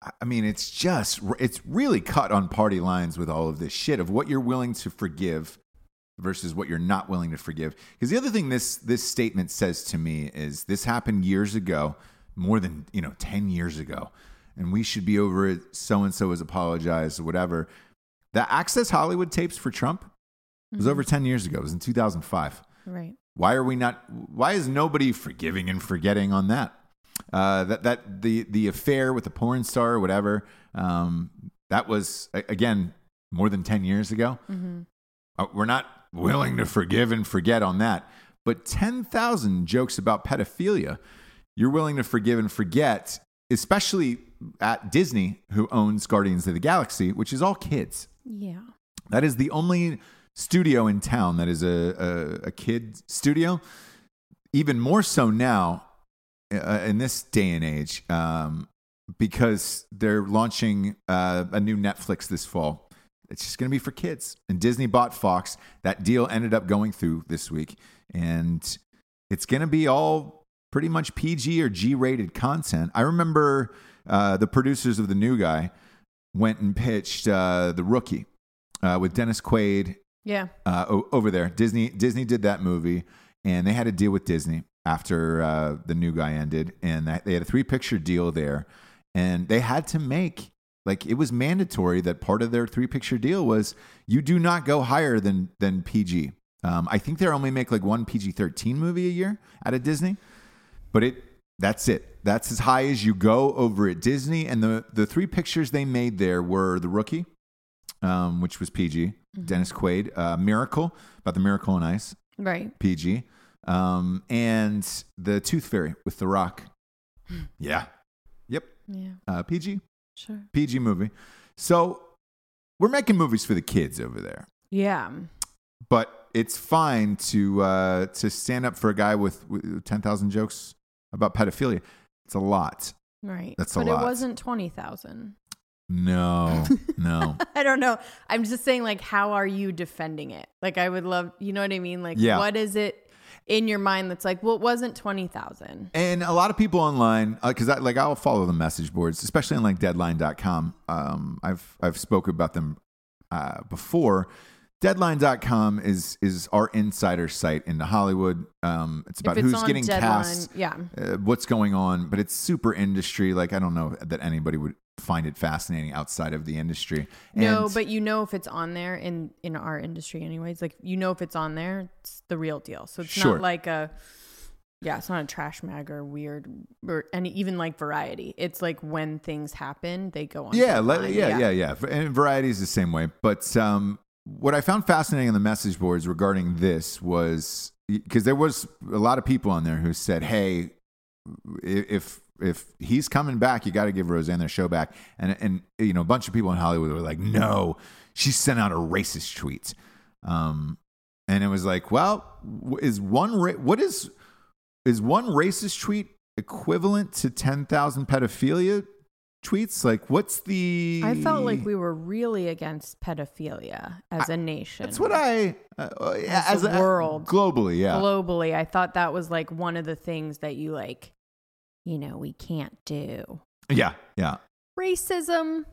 Speaker 1: I- I mean, it's just it's really cut on party lines with all of this shit of what you're willing to forgive versus what you're not willing to forgive. Because the other thing this this statement says to me is this happened years ago, more than you know, ten years ago, and we should be over it. So and so has apologized, or whatever. The Access Hollywood tapes for Trump was over ten years ago. It was in two thousand five.
Speaker 2: Right.
Speaker 1: Why are we not? Why is nobody forgiving and forgetting on that? Uh, that that the the affair with the porn star, or whatever. Um, that was a- again more than ten years ago. Uh, we're not willing to forgive and forget on that. But ten thousand jokes about pedophilia, you're willing to forgive and forget, especially at Disney, who owns Guardians of the Galaxy, which is all kids.
Speaker 2: Yeah.
Speaker 1: That is the only studio in town that is a, a, a kid studio. Even more so now uh, in this day and age um, because they're launching uh, a new Netflix this fall. It's just going to be for kids. And Disney bought Fox. That deal ended up going through this week. And it's going to be all pretty much PG or G rated content. I remember uh, the producers of The New Guy went and pitched uh, The Rookie uh, with Dennis Quaid
Speaker 2: Yeah.
Speaker 1: uh, o- over there. Disney Disney did that movie, and they had a deal with Disney after uh, the new guy ended, and that, they had a three picture deal there, and they had to make Like it was mandatory that part of their three picture deal was you do not go higher than than PG. Um, I think they only make like one PG thirteen movie a year out of Disney, but it that's it. That's as high as you go over at Disney. And the the three pictures they made there were The Rookie, um, which was PG. Dennis Quaid, uh, Miracle about the Miracle on Ice,
Speaker 2: Right.
Speaker 1: PG, um, and the Tooth Fairy with The Rock. Yeah. Yep.
Speaker 2: Yeah.
Speaker 1: Uh, PG.
Speaker 2: Sure.
Speaker 1: PG movie. So we're making movies for the kids over there,
Speaker 2: Yeah.
Speaker 1: but it's fine to uh, to stand up for a guy with, with ten thousand jokes about pedophilia. It's a lot.
Speaker 2: Right.
Speaker 1: That's a
Speaker 2: but
Speaker 1: lot.
Speaker 2: it wasn't twenty thousand.
Speaker 1: No, no.
Speaker 2: I don't know. I'm just saying, like, how are you defending it? Like, I would love, you know what I mean? Like,
Speaker 1: Yeah.
Speaker 2: what is it in your mind that's like, well, it wasn't 20,000?
Speaker 1: And a lot of people online, because I like I'll follow the message boards, especially on like Deadline.com. Um, I've I've spoken about them uh, before. Deadline.com is is our insider site into Hollywood. Um, it's about
Speaker 2: if it's
Speaker 1: who's
Speaker 2: on
Speaker 1: getting
Speaker 2: deadline,
Speaker 1: cast,
Speaker 2: Yeah.
Speaker 1: uh, what's going on, but it's super industry. Like I don't know that anybody would find it fascinating outside of the industry.
Speaker 2: no,
Speaker 1: And-
Speaker 2: but you know if it's on there in in our industry, anyways. Like you know if it's on there, it's the real deal. So it's
Speaker 1: Sure.
Speaker 2: not like a yeah, it's not a trash mag or weird or any even like variety. It's like when things happen, they go on.
Speaker 1: Yeah,
Speaker 2: deadline.
Speaker 1: le- yeah, yeah, yeah, And variety is the same way. But um, what I found fascinating on the message boards regarding this was because there was a lot of people on there who said, "Hey, i- if if he's coming back, you got to give Roseanne their show back." And and you know, a bunch of people in Hollywood were like, "No, she sent out a racist tweet." Um, and it was like, "Well, w- is one ra- what is is one racist tweet equivalent to ten thousand pedophilia tweets? Like, what's the?
Speaker 2: I felt
Speaker 1: E.
Speaker 2: like we were really against pedophilia as a nation.
Speaker 1: That's what I uh, uh, as,
Speaker 2: As a world.
Speaker 1: globally, yeah,
Speaker 2: globally i thought that was like one of the things that you like you know we can't do
Speaker 1: yeah, yeah.
Speaker 2: racism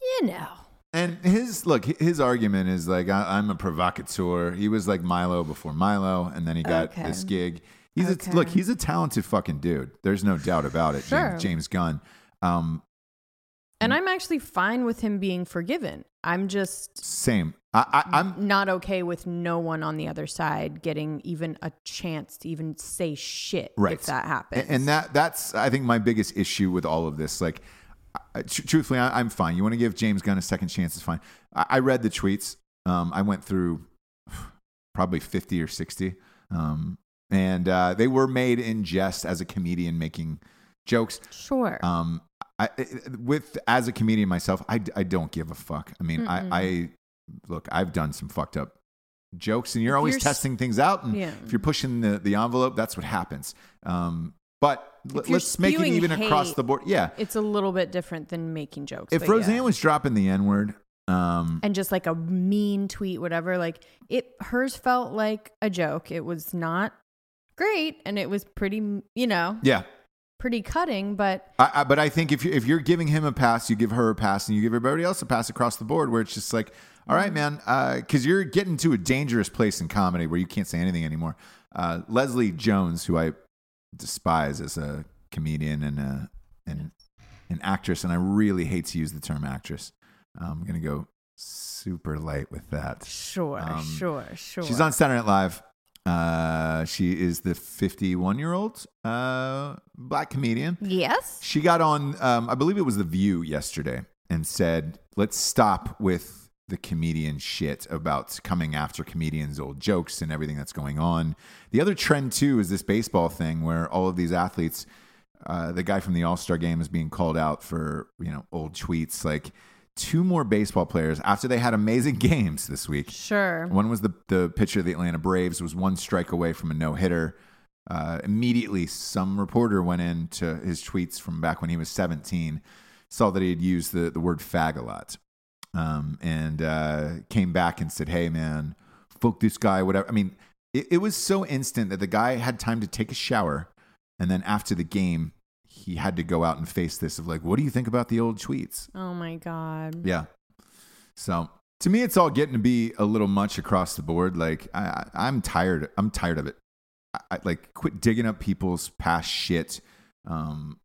Speaker 2: you know
Speaker 1: And his look, his argument is like, I, I'm a provocateur. He was like Milo before Milo, and then he got
Speaker 2: Okay.
Speaker 1: this gig. He's
Speaker 2: Okay.
Speaker 1: a, look, he's a talented fucking dude. There's no doubt about it.
Speaker 2: Sure.
Speaker 1: James, James Gunn. Um,
Speaker 2: and i'm actually fine with him being forgiven i'm just
Speaker 1: same. I, I, I'm
Speaker 2: not okay with no one on the other side getting even a chance to even say shit
Speaker 1: right
Speaker 2: if that happens
Speaker 1: A- and that that's i think my biggest issue with all of this like I, tr- truthfully I, i'm fine you want to give james gunn a second chance it's fine i, I read the tweets um, i went through probably 50 or 60 um, and uh, they were made in jest as a comedian making jokes
Speaker 2: sure
Speaker 1: um, I, I- with as a comedian myself, I, I don't give a fuck. I mean, I, I look, I've done some fucked up jokes, and you're
Speaker 2: If
Speaker 1: always
Speaker 2: you're s-
Speaker 1: testing things out, and
Speaker 2: Yeah.
Speaker 1: if you're pushing the, the envelope, that's what happens. Um, but l-
Speaker 2: If you're
Speaker 1: let's make it
Speaker 2: spewing
Speaker 1: even across
Speaker 2: hate,
Speaker 1: the board. Yeah,
Speaker 2: it's a little bit different than making jokes
Speaker 1: if
Speaker 2: but yeah.
Speaker 1: Roseanne was dropping the N word, um,
Speaker 2: and just like a mean tweet, whatever. Like it, hers felt like a joke. It was not great, and it was pretty, you know,
Speaker 1: yeah.
Speaker 2: pretty cutting. But
Speaker 1: I, I, but I think if you if you're giving him a pass, you give her a pass, and you give everybody else a pass across the board, where it's just like, all right, man, because you're getting to a dangerous place in comedy where you can't say anything anymore. Uh, Leslie Jones, who I despise as a comedian and a, and an actress, and I really hate to use the term actress. I'm gonna go super light with that.
Speaker 2: sure,
Speaker 1: Um,
Speaker 2: sure, sure.
Speaker 1: She's on Saturday Night Live. Uh, she is the 51 year old uh, black comedian.
Speaker 2: Yes.
Speaker 1: She got on, um, I believe it was The View yesterday, and said, let's stop with the comedian shit about coming after comedians' old jokes and everything that's going on. The other trend, too, is this baseball thing where all of these athletes, uh, the guy from the All Star game is being called out for, you know, old tweets. Like two more baseball players after they had amazing games this week.
Speaker 2: Sure.
Speaker 1: One was the the pitcher of the Atlanta Braves was one strike away from a no hitter. Uh, immediately, some reporter went into his tweets from back when he was 17, saw that he had used the, the word fag a lot, um, and uh, came back and said, "Hey, man, fuck this guy." Whatever. I mean, it, it was so instant that the guy had time to take a shower, and then after the game, he had to go out and face this of like, "What do you think about the old tweets?"
Speaker 2: Oh my god.
Speaker 1: Yeah. So to me, it's all getting to be a little much across the board. Like I, I I'm tired. I'm tired of it. I, I, like quit digging up people's past shit. Um,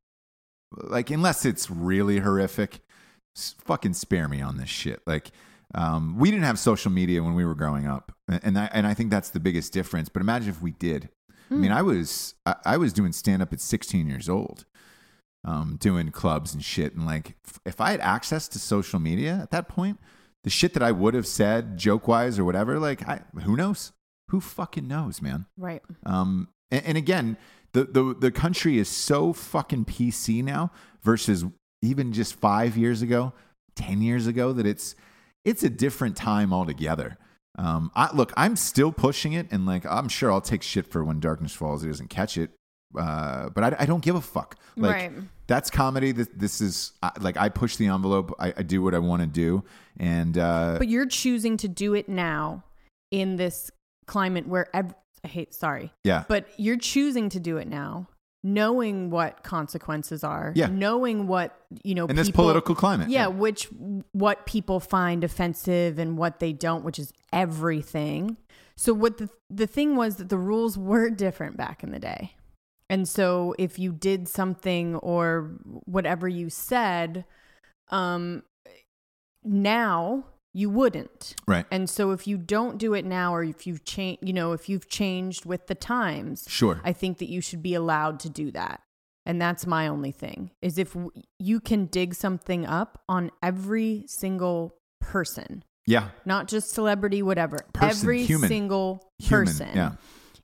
Speaker 1: like unless it's really horrific, s- fucking spare me on this shit. Like, um, we didn't have social media when we were growing up, and and I, and I think that's the biggest difference. But imagine if we did. I mean, I was I, I was doing stand up at 16 years old, um, doing clubs and shit. And like, f- if I had access to social media at that point, the shit that I would have said joke wise or whatever, like, I, who knows? Who fucking knows, man?
Speaker 2: Right.
Speaker 1: Um, and, and again, the, the the country is so fucking PC now versus even just five years ago, ten years ago that it's it's a different time altogether. Um, I look, I'm still pushing it, and like I'm sure I'll take shit for when darkness falls. It doesn't catch it, uh, but I, I don't give a fuck. Like
Speaker 2: Right.
Speaker 1: that's comedy. This, this is I, like I push the envelope. I, I do what I want to do, and uh,
Speaker 2: But you're choosing to do it now in this climate where ev- I hate sorry.
Speaker 1: yeah,
Speaker 2: But you're choosing to do it now, knowing what consequences are,
Speaker 1: Yeah.
Speaker 2: knowing what, you know,
Speaker 1: in this
Speaker 2: people-
Speaker 1: political climate,
Speaker 2: Yeah, which what people find offensive and what they don't, which is everything. So what the the thing was that the rules were different back in the day. And so if you did something or whatever you said, um now you wouldn't.
Speaker 1: right,
Speaker 2: And so if you don't do it now or if you've changed, you know, if you've changed with the times,
Speaker 1: sure,
Speaker 2: I think that you should be allowed to do that. And that's my only thing is if w- you can dig something up on every single person,
Speaker 1: yeah,
Speaker 2: not just celebrity, whatever,
Speaker 1: Person,
Speaker 2: every
Speaker 1: human.
Speaker 2: single
Speaker 1: Human,
Speaker 2: person.
Speaker 1: yeah.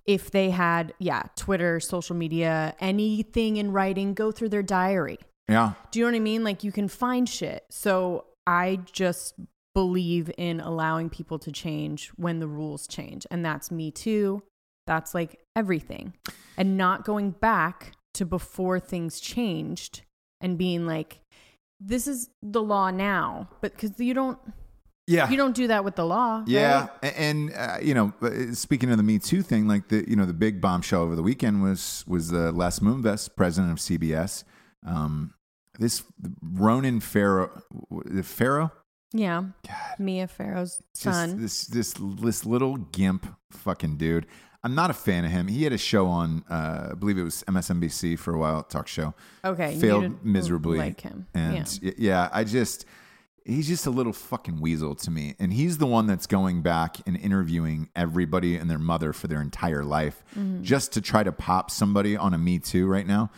Speaker 2: If they had, yeah, Twitter, social media, anything in writing, go through their diary.
Speaker 1: yeah.
Speaker 2: Do you know what I mean? Like you can find shit. So I just believe in allowing people to change when the rules change. And that's me too. That's like everything. And not going back to before things changed and being like, this is the law now. But because you don't,
Speaker 1: Yeah.
Speaker 2: you don't do that with the law.
Speaker 1: yeah.
Speaker 2: right?
Speaker 1: A- And, uh, you know, uh, speaking of the Me Too thing, like the, you know, the big bombshell over the weekend was, was uh, Les Moonves, president of CBS. Um, this Ronan Farrow, the Farrow,
Speaker 2: Yeah. Mia Farrow's
Speaker 1: just
Speaker 2: son.
Speaker 1: this, this, this little gimp fucking dude. I'm not a fan of him. He had a show on, uh, I believe it was MSNBC for a while, talk show.
Speaker 2: okay. you
Speaker 1: failed
Speaker 2: didn't
Speaker 1: miserably.
Speaker 2: Like him.
Speaker 1: And yeah. yeah, I just he's just a little fucking weasel to me. And he's the one that's going back and interviewing everybody and their mother for their entire life
Speaker 2: Mm-hmm.
Speaker 1: just to try to pop somebody on a me too right now.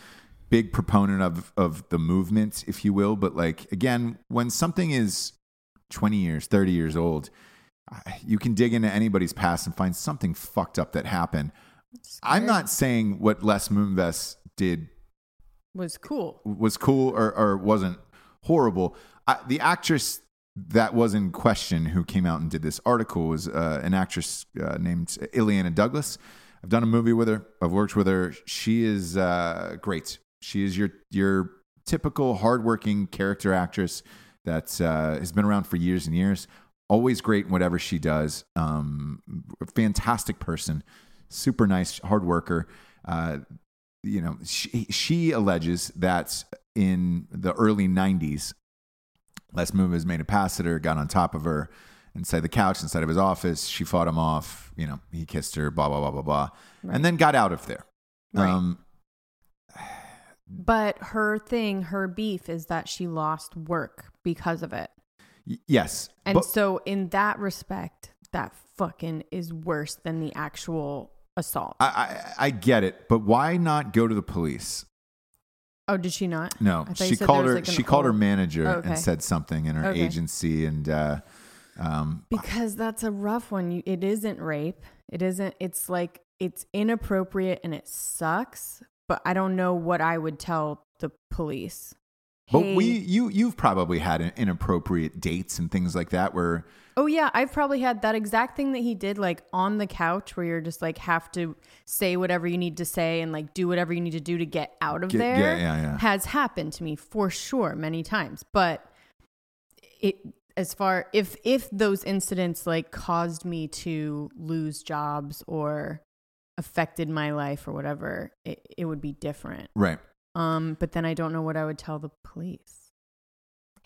Speaker 1: Big proponent of of the movement, if you will, but like again, when something is 20 years, 30 years old, I- you can dig into anybody's past and find something fucked up that happened. I'm not saying what Les Moonves did
Speaker 2: was cool.
Speaker 1: was cool or, or wasn't horrible. I, the actress that was in question who came out and did this article was uh, an actress uh, named Ileana Douglas. I've done a movie with her. I've worked with her. She is uh, great. She is your your typical hardworking character actress that uh, has been around for years and years. Always great in whatever she does. Um, fantastic person, super nice, hard worker. Uh, you know, she, she alleges that in the early 90s, Les Moonves made a pass at her, got on top of her inside the couch, inside of his office. She fought him off. You know, he kissed her, blah, blah, blah, blah, blah, and then got out of there.
Speaker 2: Right.
Speaker 1: Um,
Speaker 2: But her thing, her beef is that she lost work because of it.
Speaker 1: y- yes.
Speaker 2: And
Speaker 1: but-
Speaker 2: so, in that respect, that fucking is worse than the actual assault.
Speaker 1: I, I, I get it, but why not go to the police?
Speaker 2: oh, did she not?
Speaker 1: No,
Speaker 2: I thought you
Speaker 1: she
Speaker 2: said
Speaker 1: called
Speaker 2: there was,
Speaker 1: her.
Speaker 2: like, an
Speaker 1: she called her
Speaker 2: old-
Speaker 1: manager
Speaker 2: Oh, okay.
Speaker 1: and said something in her
Speaker 2: Okay.
Speaker 1: agency, and uh, um,
Speaker 2: Because that's a rough one. You, it isn't rape. It isn't. It's like it's inappropriate and it sucks. But I don't know what I would tell the police.
Speaker 1: but
Speaker 2: Hey-
Speaker 1: we you you've probably had inappropriate dates and things like that where
Speaker 2: Oh yeah, I've probably had that exact thing that he did like on the couch where you're just like have to say whatever you need to say and like do whatever you need to do to get out of
Speaker 1: Get-
Speaker 2: there.
Speaker 1: yeah, yeah, yeah.
Speaker 2: Has happened to me for sure many times, but it as far if if those incidents like caused me to lose jobs or affected my life or whatever, it, it would be different.
Speaker 1: right
Speaker 2: Um but then I don't know what I would tell the police.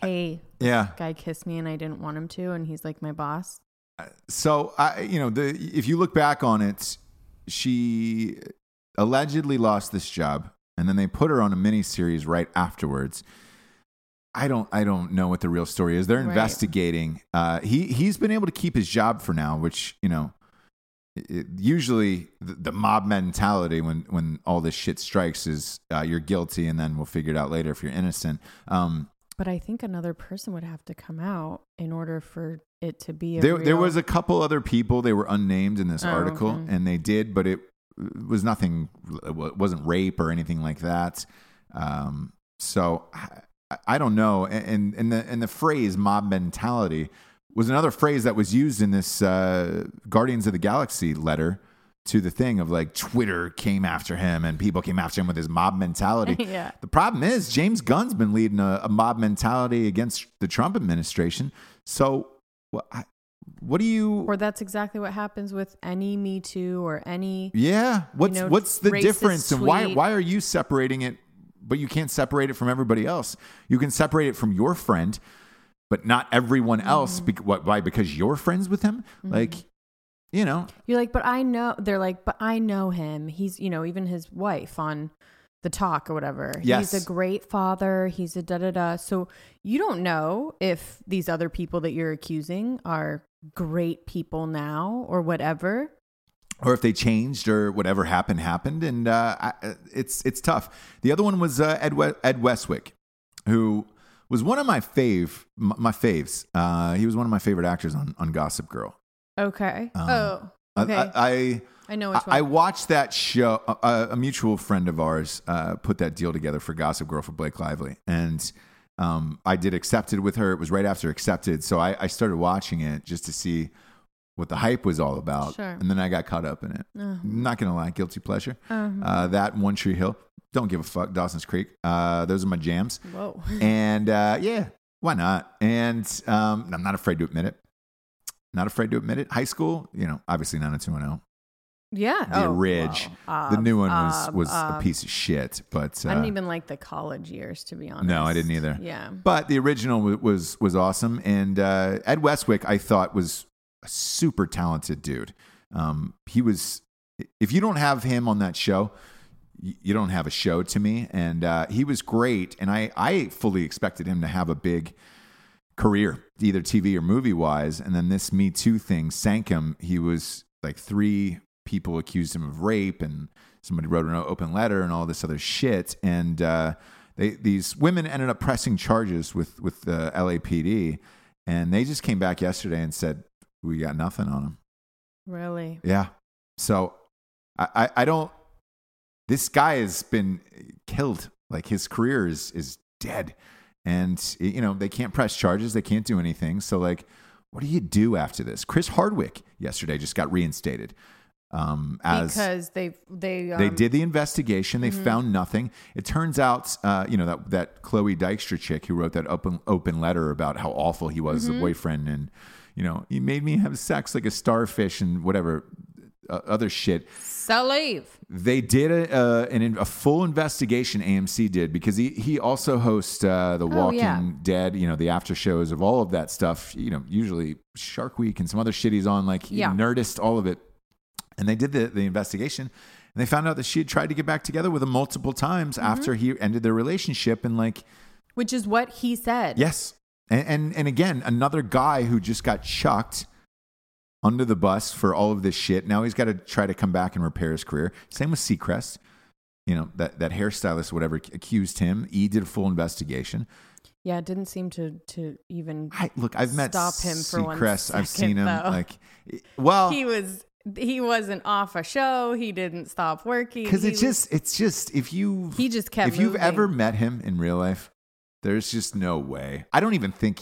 Speaker 2: Hey,
Speaker 1: yeah
Speaker 2: guy kissed me and I didn't want him to and he's like my boss.
Speaker 1: so I, you know, the if you look back on it, she allegedly lost this job, and then they put her on a mini series right afterwards. I don't I don't know what the real story is. They're
Speaker 2: Right.
Speaker 1: investigating. Uh, he he's been able to keep his job for now, which you know, it- it, usually the, the mob mentality when when all this shit strikes is uh, you're guilty and then we'll figure it out later if you're innocent. Um,
Speaker 2: But I think another person would have to come out in order for it to be. A
Speaker 1: there there
Speaker 2: real-
Speaker 1: was a couple other people they were unnamed in this
Speaker 2: Oh,
Speaker 1: article
Speaker 2: okay.
Speaker 1: and they did, but it was nothing. It wasn't rape or anything like that. Um, so I, I don't know. And and the and the phrase mob mentality was another phrase that was used in this uh, Guardians of the Galaxy letter to the thing of like Twitter came after him and people came after him with his mob mentality.
Speaker 2: Yeah.
Speaker 1: The problem is James Gunn's been leading a, a mob mentality against the Trump administration. So what? I, what do you?
Speaker 2: or that's exactly what happens with any Me Too or any.
Speaker 1: Yeah. What's
Speaker 2: know,
Speaker 1: what's the
Speaker 2: racist
Speaker 1: difference and why
Speaker 2: tweet.
Speaker 1: why are you separating it but you can't separate it from everybody else? You can separate it from your friend, but not everyone else.
Speaker 2: Mm-hmm.
Speaker 1: Bec- what, why? Because you're friends with him? Like, you know,
Speaker 2: You're like, but I know. They're like, but I know him. He's, you know, even his wife on the talk or whatever.
Speaker 1: Yes.
Speaker 2: He's a great father. He's a da da da. So you don't know if these other people that you're accusing are great people now or whatever.
Speaker 1: or if they changed or whatever happened happened and uh, I, uh, it's it's tough the other one was uh, ed, we- ed westwick who was one of my fave m- my faves uh, he was one of my favorite actors on, on gossip girl
Speaker 2: Okay.
Speaker 1: Um,
Speaker 2: oh,
Speaker 1: I-
Speaker 2: okay. I,
Speaker 1: I, I
Speaker 2: know
Speaker 1: I,
Speaker 2: which
Speaker 1: I
Speaker 2: one.
Speaker 1: watched that show. A, a mutual friend of ours uh, put that deal together for Gossip Girl for Blake Lively, and um, I did accepted with her. It was right after accepted, so I, I started watching it just to see what the hype was all about,
Speaker 2: Sure.
Speaker 1: and then I got caught up in it.
Speaker 2: Mhm.
Speaker 1: Not gonna lie, guilty pleasure.
Speaker 2: Mhm.
Speaker 1: Uh, that and One Tree Hill. Don't give a fuck. Dawson's Creek. Uh, those are my jams,
Speaker 2: Whoa.
Speaker 1: and uh, yeah, why not? And um, I'm not afraid to admit it. Not afraid to admit it. High school, you know, obviously not a two and zero.
Speaker 2: Yeah.
Speaker 1: The
Speaker 2: oh,
Speaker 1: Ridge.
Speaker 2: wow.
Speaker 1: The
Speaker 2: Um,
Speaker 1: new one was
Speaker 2: um,
Speaker 1: was a
Speaker 2: um,
Speaker 1: piece of shit, but uh,
Speaker 2: I didn't even like the college years, to be honest.
Speaker 1: no, I didn't either.
Speaker 2: Yeah.
Speaker 1: But the original was was, was awesome, and uh, Ed Westwick I thought was a super talented dude. Um, he was. If you don't have him on that show, y- you don't have a show to me, and uh, he was great. And I I fully expected him to have a big career, either TV or movie wise. And then this Me Too thing sank him. He was like three people accused him of rape, and somebody wrote an open letter and all this other shit. And uh, they, these women ended up pressing charges with with the LAPD, and they just came back yesterday and said we got nothing on him.
Speaker 2: Really.
Speaker 1: Yeah. So I, I, I don't. This guy has been killed. Like his career is is dead, and you know they can't press charges. They can't do anything. So like, what do you do after this? Chris Hardwick yesterday just got reinstated. Um, as
Speaker 2: because they they um,
Speaker 1: they did the investigation. They found nothing. It turns out, uh, you know, that, that Chloe Dykstra chick who wrote that open, open letter about how awful he was as a boyfriend and, you know, he made me have sex like a starfish and whatever uh, other shit.
Speaker 2: So leave.
Speaker 1: They did a, uh, an, in- a full investigation. AMC did because he he also hosts uh, the Walking
Speaker 2: Oh, yeah.
Speaker 1: Dead, you know, the after shows of all of that stuff. You know, usually Shark Week and some other shit he's on, like
Speaker 2: Yeah.
Speaker 1: Nerdist, all of it. And they did the the investigation, and they found out that she had tried to get back together with him multiple times
Speaker 2: Mm-hmm.
Speaker 1: after he ended their relationship, and like
Speaker 2: Which is what he said.
Speaker 1: Yes. And, and and again, another guy who just got chucked under the bus for all of this shit. Now he's got to try to come back and repair his career. Same with Seacrest. You know, that, that hairstylist, whatever, accused him. E did a full investigation.
Speaker 2: Yeah, it didn't seem to to even
Speaker 1: I, look, I've met
Speaker 2: Stop him for one
Speaker 1: Seacrest. I've
Speaker 2: second,
Speaker 1: seen him.
Speaker 2: though.
Speaker 1: Like, well,
Speaker 2: he was he wasn't off a show, he didn't stop working.
Speaker 1: because
Speaker 2: he
Speaker 1: it's
Speaker 2: was-
Speaker 1: just, it's just, if you,
Speaker 2: He just kept
Speaker 1: if you've
Speaker 2: moving.
Speaker 1: ever met him in real life, there's just no way. I don't even think,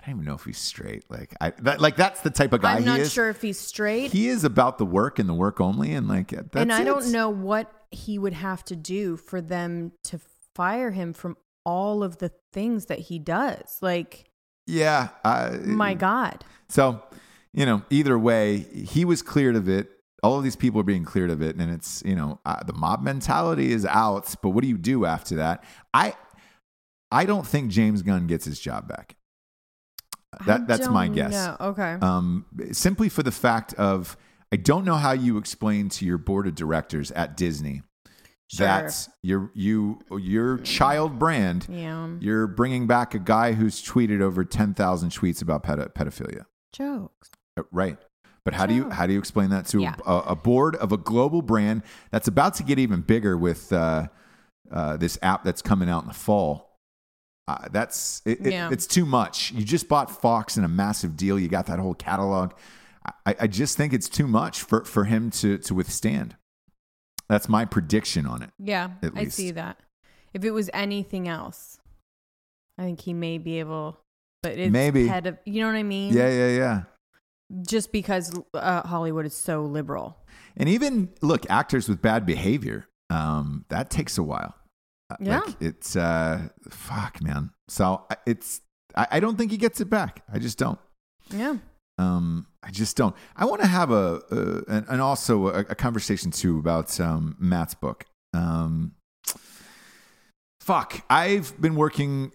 Speaker 1: I don't even know if he's straight. Like, I, that, like that's the type of guy
Speaker 2: I'm
Speaker 1: he
Speaker 2: not
Speaker 1: is.
Speaker 2: sure if he's straight.
Speaker 1: he is about the work and the work only and like that's
Speaker 2: and I
Speaker 1: it.
Speaker 2: don't know what he would have to do for them to fire him from all of the things that he does. Like,
Speaker 1: yeah I,
Speaker 2: my God.
Speaker 1: so you know either way he was cleared of it all of these people are being cleared of it and it's you know uh, the mob mentality is out but what do you do after that i i don't think james gunn gets his job back
Speaker 2: I
Speaker 1: that that's my
Speaker 2: don't
Speaker 1: guess
Speaker 2: know. Okay.
Speaker 1: um, simply for the fact of I don't know how you explain to your board of directors at Disney
Speaker 2: Sure.
Speaker 1: That's your you your child brand.
Speaker 2: Yeah.
Speaker 1: You're bringing back a guy who's tweeted over ten thousand tweets about ped- pedophilia.
Speaker 2: Jokes.
Speaker 1: Uh, Right. But how do you
Speaker 2: Sure.
Speaker 1: how do you explain that to
Speaker 2: Yeah.
Speaker 1: a, a board of a global brand that's about to get even bigger with uh, uh, this app that's coming out in the fall? Uh, that's it, it-
Speaker 2: Yeah.
Speaker 1: it's too much. You just bought Fox in a massive deal. You got that whole catalog. I, I just think it's too much for, for him to to withstand. That's my prediction on it.
Speaker 2: Yeah,
Speaker 1: At
Speaker 2: I see
Speaker 1: least.
Speaker 2: that. If it was anything else, I think he may be able. But it's
Speaker 1: Maybe.
Speaker 2: head of, you know what I mean?
Speaker 1: Yeah, yeah, yeah.
Speaker 2: Just because uh, Hollywood is so liberal.
Speaker 1: And even look, actors with bad behavior, um, that takes a while. Uh,
Speaker 2: Yeah.
Speaker 1: like, it's uh, fuck, man. So I- it's I, I don't think he gets it back. I just don't.
Speaker 2: Yeah.
Speaker 1: Um, I just don't. I want to have a uh, and, and also a, a conversation too about um, Matt's book. Um, fuck, I've been working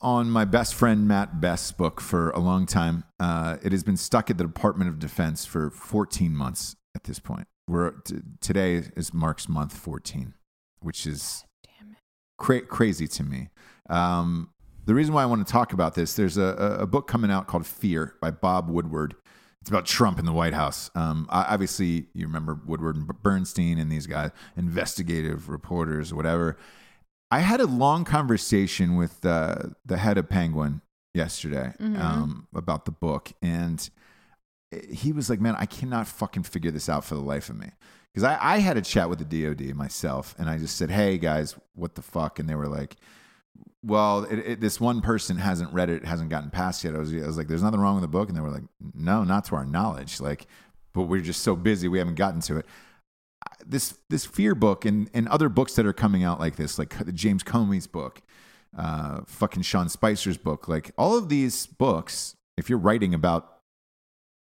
Speaker 1: on my best friend Matt Best's book for a long time. Uh, it has been stuck at the Department of Defense for 14 months at this point. We're t- today is Mark's month 14, which is cra- crazy to me. Um, the reason why I want to talk about this, there's a, a- a book coming out called Fear by Bob Woodward. It's about Trump in the White House. Um, I- obviously, you remember Woodward and Bernstein and these guys, investigative reporters, whatever. I had a long conversation with uh, the head of Penguin yesterday um, about the book, and he was like, "Man, I cannot fucking figure this out for the life of me." Because I, I had a chat with the DoD myself, and I just said, "Hey guys, what the fuck?" And they were like, "Well, it, it, this one person hasn't read it, hasn't gotten past yet." I was, I was like, "There's nothing wrong with the book," and they were like, "No, not to our knowledge. Like, but we're just so busy, we haven't gotten to it." this this fear book and and other books that are coming out like this, like James Comey's book, uh, fucking Sean Spicer's book, like all of these books. If you're writing about,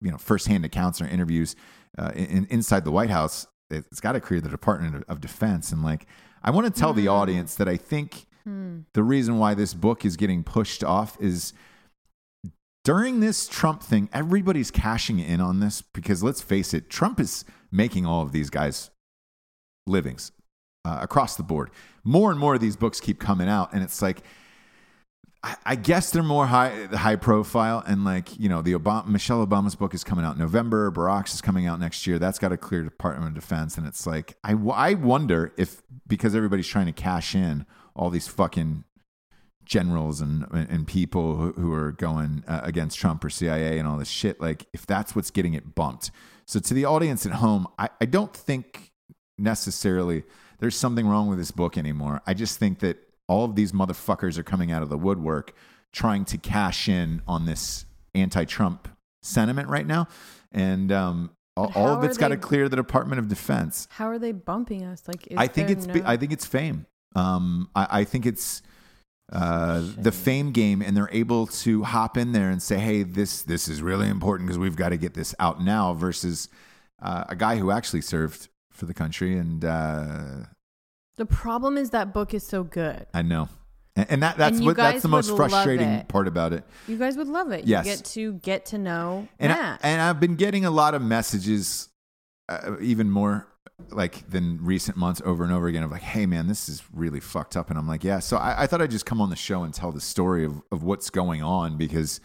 Speaker 1: you know, firsthand accounts or interviews uh, in, inside the White House, it- it's got to clear the Department of- of Defense. And like, I want to tell the audience that I think the reason why this book is getting pushed off is during this Trump thing, everybody's cashing in on this because let's face it, Trump is making all of these guys livings uh, across the board. More and more of these books keep coming out, and it's like, I, I guess they're more high high profile, and like you know, the Obama, Michelle Obama's book is coming out in November. Barack's is coming out next year. That's got a clear Department of Defense, and it's like I w- I wonder if because everybody's trying to cash in all these fucking generals and and people who- who are going uh, against Trump or CIA and all this shit. Like, if that's what's getting it bumped. So to the audience at home, I, I don't think necessarily there's something wrong with this book anymore. I just think that all of these motherfuckers are coming out of the woodwork trying to cash in on this anti-Trump sentiment right now, and um, all,
Speaker 2: But
Speaker 1: all
Speaker 2: how
Speaker 1: of
Speaker 2: are
Speaker 1: it's got to
Speaker 2: they-
Speaker 1: clear the Department of Defense.
Speaker 2: How are they bumping us? Like, is
Speaker 1: I think
Speaker 2: there
Speaker 1: it's
Speaker 2: no-
Speaker 1: bi- I think it's fame. Um, I, I think it's uh, the fame game, and they're able to hop in there and say, "Hey, this this is really important because we've got to get this out now." Versus uh, a guy who actually served for the country, and uh,
Speaker 2: the problem is that book is so good.
Speaker 1: I know, and, and that that's
Speaker 2: And you
Speaker 1: what that's
Speaker 2: guys
Speaker 1: the most
Speaker 2: would love
Speaker 1: frustrating
Speaker 2: it.
Speaker 1: part about it.
Speaker 2: You guys would love it.
Speaker 1: Yes.
Speaker 2: You get to get to know
Speaker 1: and I,
Speaker 2: Matt.
Speaker 1: and I've been getting a lot of messages, uh, even more like than recent months, over and over again of like, "Hey, man, this is really fucked up," and I'm like, "Yeah." So I, I thought I'd just come on the show and tell the story of of what's going on because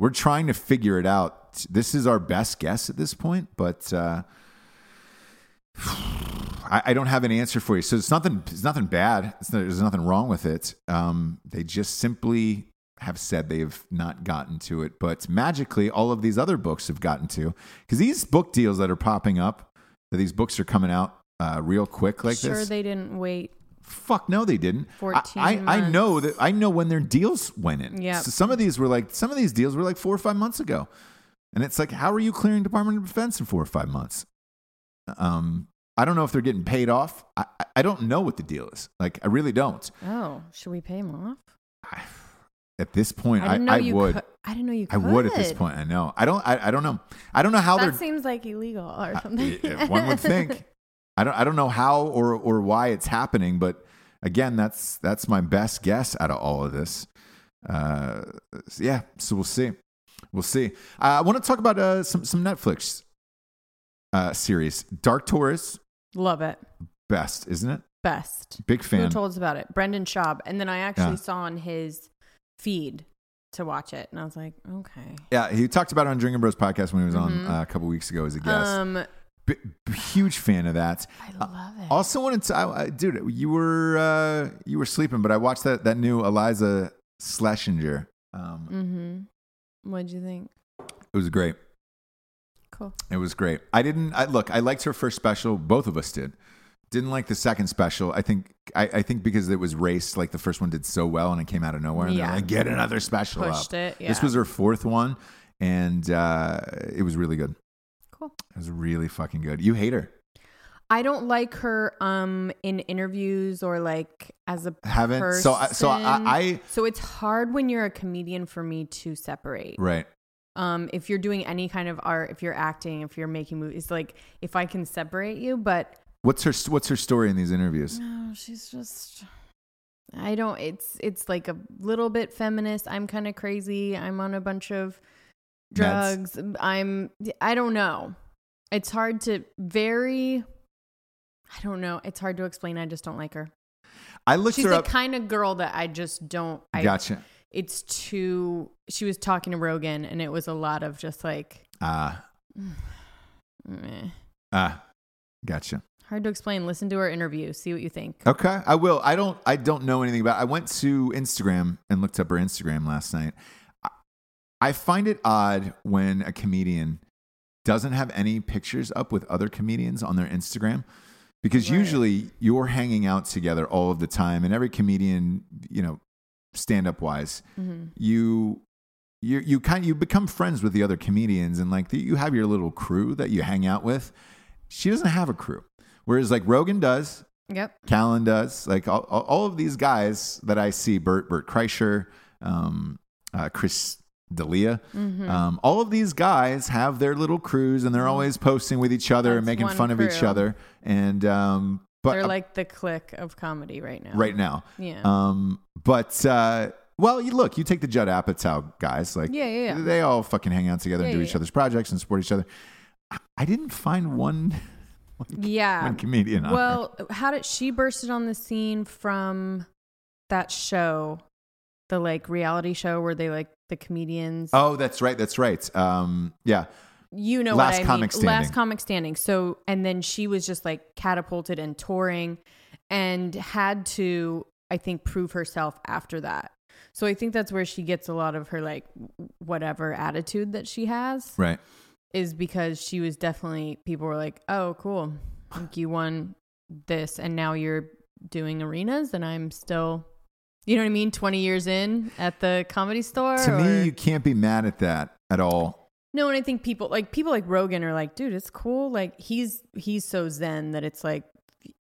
Speaker 1: we're trying to figure it out. This is our best guess at this point, but. uh I, I don't have an answer for you. So it's nothing. It's nothing bad. It's not, there's nothing wrong with it. Um, they just simply have said they've not gotten to it, but magically, all of these other books have gotten to because these book deals that are popping up, that these books are coming out uh, real quick like
Speaker 2: sure,
Speaker 1: this.
Speaker 2: they didn't wait.
Speaker 1: Fuck no, they didn't.
Speaker 2: 14
Speaker 1: I, I, I know that
Speaker 2: months.
Speaker 1: I know when their deals went in.
Speaker 2: Yep.
Speaker 1: So some of these were like some of these deals were like four or five months ago, and it's like how are you clearing Department of Defense in four or five months? Um, I don't know if they're getting paid off. I, I- I don't know what the deal is. Like I really don't.
Speaker 2: Oh, should we pay him off?
Speaker 1: I, at this point, I,
Speaker 2: didn't know
Speaker 1: I,
Speaker 2: you
Speaker 1: would.
Speaker 2: Could, I didn't know you.
Speaker 1: I
Speaker 2: Could.
Speaker 1: would at this point. I know. I don't. I, I don't know. I don't know how
Speaker 2: That
Speaker 1: they're.
Speaker 2: seems like illegal or something.
Speaker 1: I- I- one would think. I don't. I don't know how or or why it's happening, but again, that's that's my best guess out of all of this. Uh, yeah. So we'll see. We'll see. Uh, I want to talk about uh, some some Netflix uh, series. Dark Taurus,
Speaker 2: Love it.
Speaker 1: best, isn't it?
Speaker 2: best.
Speaker 1: Big fan.
Speaker 2: Who told us about it? Brendan Schaub. And then I actually
Speaker 1: Yeah.
Speaker 2: saw on his feed to watch it, and I was like, okay.
Speaker 1: Yeah, he talked about it on Drinking Bros podcast when he was on uh, a couple weeks ago as a guest.
Speaker 2: Mm-hmm. Um,
Speaker 1: B- b- huge fan of that.
Speaker 2: I love it.
Speaker 1: Also wanted to, I, I, dude, you were uh, you were sleeping, but I watched that that new Eliza Schlesinger. Um,
Speaker 2: mm-hmm. What'd you think?
Speaker 1: It was great.
Speaker 2: Cool.
Speaker 1: It was great. I didn't I, look. I liked her first special. Both of us did. Didn't like the second special. I think. I, I think because it was race. Like the first one did so well, and it came out of nowhere. And they're
Speaker 2: Yeah.
Speaker 1: like, get another special.
Speaker 2: Pushed
Speaker 1: up.
Speaker 2: it,
Speaker 1: This
Speaker 2: yeah.
Speaker 1: was her fourth one, and uh, it was really good.
Speaker 2: Cool.
Speaker 1: It was really fucking good. You hate her.
Speaker 2: I don't like her um in interviews or like as a
Speaker 1: Haven't-
Speaker 2: person.
Speaker 1: so I- so I- I-
Speaker 2: so it's hard when you're a comedian for me to separate.
Speaker 1: Right.
Speaker 2: Um, if you're doing any kind of art, if you're acting, if you're making movies, it's like if I can separate you, but
Speaker 1: What's her What's her story in these interviews?
Speaker 2: no, she's just. I don't. It's it's like a little bit feminist. I'm kind of crazy. I'm on a bunch of
Speaker 1: Meds.
Speaker 2: drugs. I'm. I don't know. It's hard to very. I don't know. It's hard to explain. I just don't like her.
Speaker 1: I looked
Speaker 2: She's
Speaker 1: her
Speaker 2: the
Speaker 1: up.
Speaker 2: kind of girl that I just don't. I,
Speaker 1: gotcha.
Speaker 2: It's too. She was talking to Rogan, and it was a lot of just like.
Speaker 1: Ah.
Speaker 2: meh.
Speaker 1: ah. Gotcha.
Speaker 2: Hard to explain. Listen to her interview. See what you think.
Speaker 1: Okay, I will. I don't. I don't know anything about. I went to Instagram and looked up her Instagram last night. I, I find it odd when a comedian doesn't have any pictures up with other comedians on their Instagram because usually you're hanging out together all of the time, and every comedian, you know, stand up wise, you. You you kind you become friends with the other comedians and like you have your little crew that you hang out with. She doesn't have a crew, whereas like Rogan does,
Speaker 2: Yep.
Speaker 1: Callan does. Like all, all- all of these guys that I see, Bert, Bert Kreischer, um, uh, Chris D'Elia,
Speaker 2: Mm-hmm.
Speaker 1: um, all of these guys have their little crews and they're always posting with each other and
Speaker 2: That's
Speaker 1: making
Speaker 2: one
Speaker 1: fun of each
Speaker 2: crew.
Speaker 1: other. And, um, but
Speaker 2: They're like the click of comedy right now.
Speaker 1: right now.
Speaker 2: Yeah.
Speaker 1: Um, but, uh, well, you look, you take the Judd Apatow guys, like
Speaker 2: Yeah, yeah, yeah.
Speaker 1: they all fucking hang out together and
Speaker 2: Yeah,
Speaker 1: do
Speaker 2: yeah,
Speaker 1: each
Speaker 2: yeah.
Speaker 1: other's projects and support each other. I- I didn't find one,
Speaker 2: yeah.
Speaker 1: one comedian. on there.
Speaker 2: Well, how did she bursted on the scene from that show, the like reality show where they like the comedians?
Speaker 1: oh, that's right. That's right. Um, yeah.
Speaker 2: you know,
Speaker 1: Last
Speaker 2: what I
Speaker 1: Comic
Speaker 2: mean. Last
Speaker 1: Standing.
Speaker 2: Comic Standing. So, and then she was just like catapulted and touring, and had to, I think, prove herself after that. So I think that's where she gets a lot of her like whatever attitude that she has.
Speaker 1: Right.
Speaker 2: is because she was definitely people were like, "Oh, cool, like you won this, and now you're doing arenas, and I'm still, you know what I mean, twenty years in at the comedy store."
Speaker 1: to
Speaker 2: or-
Speaker 1: me you can't be mad at that at all
Speaker 2: no, and I think people like people like Rogan are like, "Dude, it's cool." Like he's he's so zen that it's like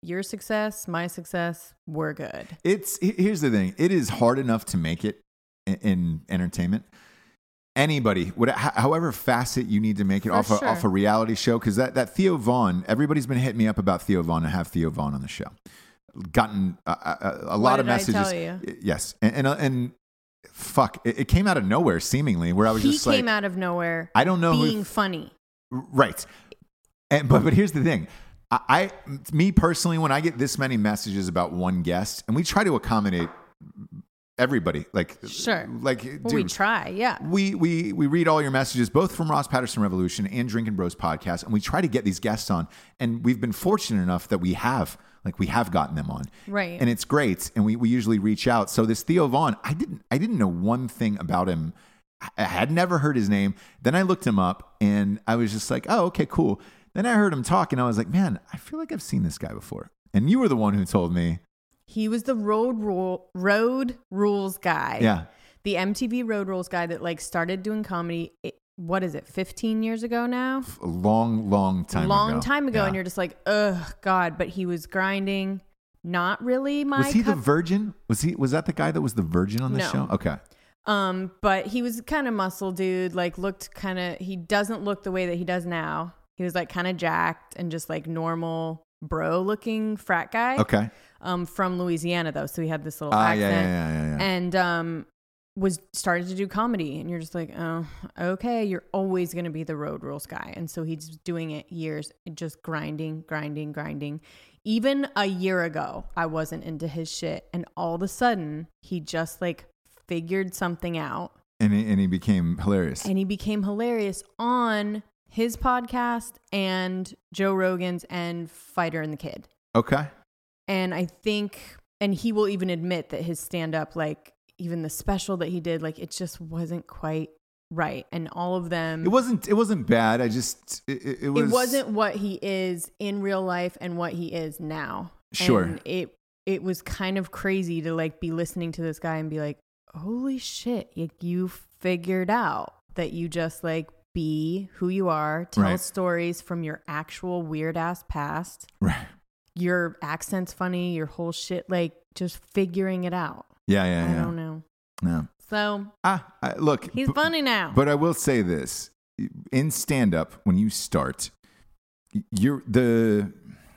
Speaker 2: your success, my success, we're good.
Speaker 1: it's he- here's the thing it is hard enough to make it in, in entertainment anybody what, ho- however facet you need to make it
Speaker 2: For
Speaker 1: off a,
Speaker 2: sure.
Speaker 1: off a reality show because that, that theo vaughn everybody's been hitting me up about theo vaughn and have theo vaughn on the show gotten a, a, a lot of
Speaker 2: did I
Speaker 1: messages
Speaker 2: tell you?
Speaker 1: yes and and, and fuck it, it came out of nowhere seemingly where i was
Speaker 2: He
Speaker 1: just
Speaker 2: came
Speaker 1: like
Speaker 2: out of nowhere.
Speaker 1: I don't know who-
Speaker 2: being funny.
Speaker 1: Right. And but but here's the thing. I, I me personally, when I get this many messages about one guest, and we try to accommodate everybody, like
Speaker 2: Sure.
Speaker 1: like
Speaker 2: Well,
Speaker 1: dude,
Speaker 2: we try, yeah.
Speaker 1: we we we read all your messages, both from Ross Patterson Revolution and Drinking Bros podcast, and we try to get these guests on, and we've been fortunate enough that we have. Like we have gotten them on,
Speaker 2: Right.
Speaker 1: And it's great, and we, we usually reach out. So this Theo Vaughn, I didn't I didn't know one thing about him. I I had never heard his name. Then I looked him up, and I was just like, oh, okay, cool. Then I heard him talk, and I was like, man, I feel like I've seen this guy before. And you were the one who told me,
Speaker 2: He was the road rule road rules guy.
Speaker 1: yeah,
Speaker 2: the MTV Road Rules guy that like started doing comedy. It, what is it? Fifteen years ago now.
Speaker 1: a long, long time,
Speaker 2: Long
Speaker 1: ago.
Speaker 2: time ago,
Speaker 1: Yeah.
Speaker 2: and you're just like, ugh, God. But he was grinding. Not really my.
Speaker 1: was he the
Speaker 2: cup-
Speaker 1: virgin? Was he was that the guy that was the virgin on the
Speaker 2: No.
Speaker 1: show? Okay.
Speaker 2: um, but he was kind of muscle dude. Like looked kind of. He doesn't look the way that he does now. He was like kind of jacked and just like normal bro looking frat guy.
Speaker 1: Okay.
Speaker 2: Um, from Louisiana though, so he had this little
Speaker 1: Ah, yeah,
Speaker 2: accent.
Speaker 1: yeah, yeah, yeah, yeah.
Speaker 2: and um was started to do comedy and you're just like oh okay you're always going to be the road rules guy and so he's doing it years just grinding grinding grinding even a year ago, I wasn't into his shit. And all of a sudden, he just like figured something out
Speaker 1: and he, and he became hilarious.
Speaker 2: and he became hilarious on his podcast and Joe Rogan's and Fighter and the Kid.
Speaker 1: Okay,
Speaker 2: And I think, and he will even admit that his stand up, like even the special that he did, like it just wasn't quite right. And all of them,
Speaker 1: it wasn't it wasn't bad. I just it, it, it was
Speaker 2: not what he is in real life and what he is now.
Speaker 1: Sure.
Speaker 2: And it it was kind of crazy to like be listening to this guy and be like, holy shit, like you figured out that you just like be who you are, tell
Speaker 1: Right.
Speaker 2: stories from your actual weird ass past.
Speaker 1: right.
Speaker 2: Your accent's funny, your whole shit, like just figuring it out.
Speaker 1: Yeah, yeah,
Speaker 2: I
Speaker 1: yeah.
Speaker 2: don't know.
Speaker 1: No.
Speaker 2: So
Speaker 1: Ah, I, look,
Speaker 2: he's
Speaker 1: b-
Speaker 2: funny now.
Speaker 1: But I will say this: in stand up, when you start, you're the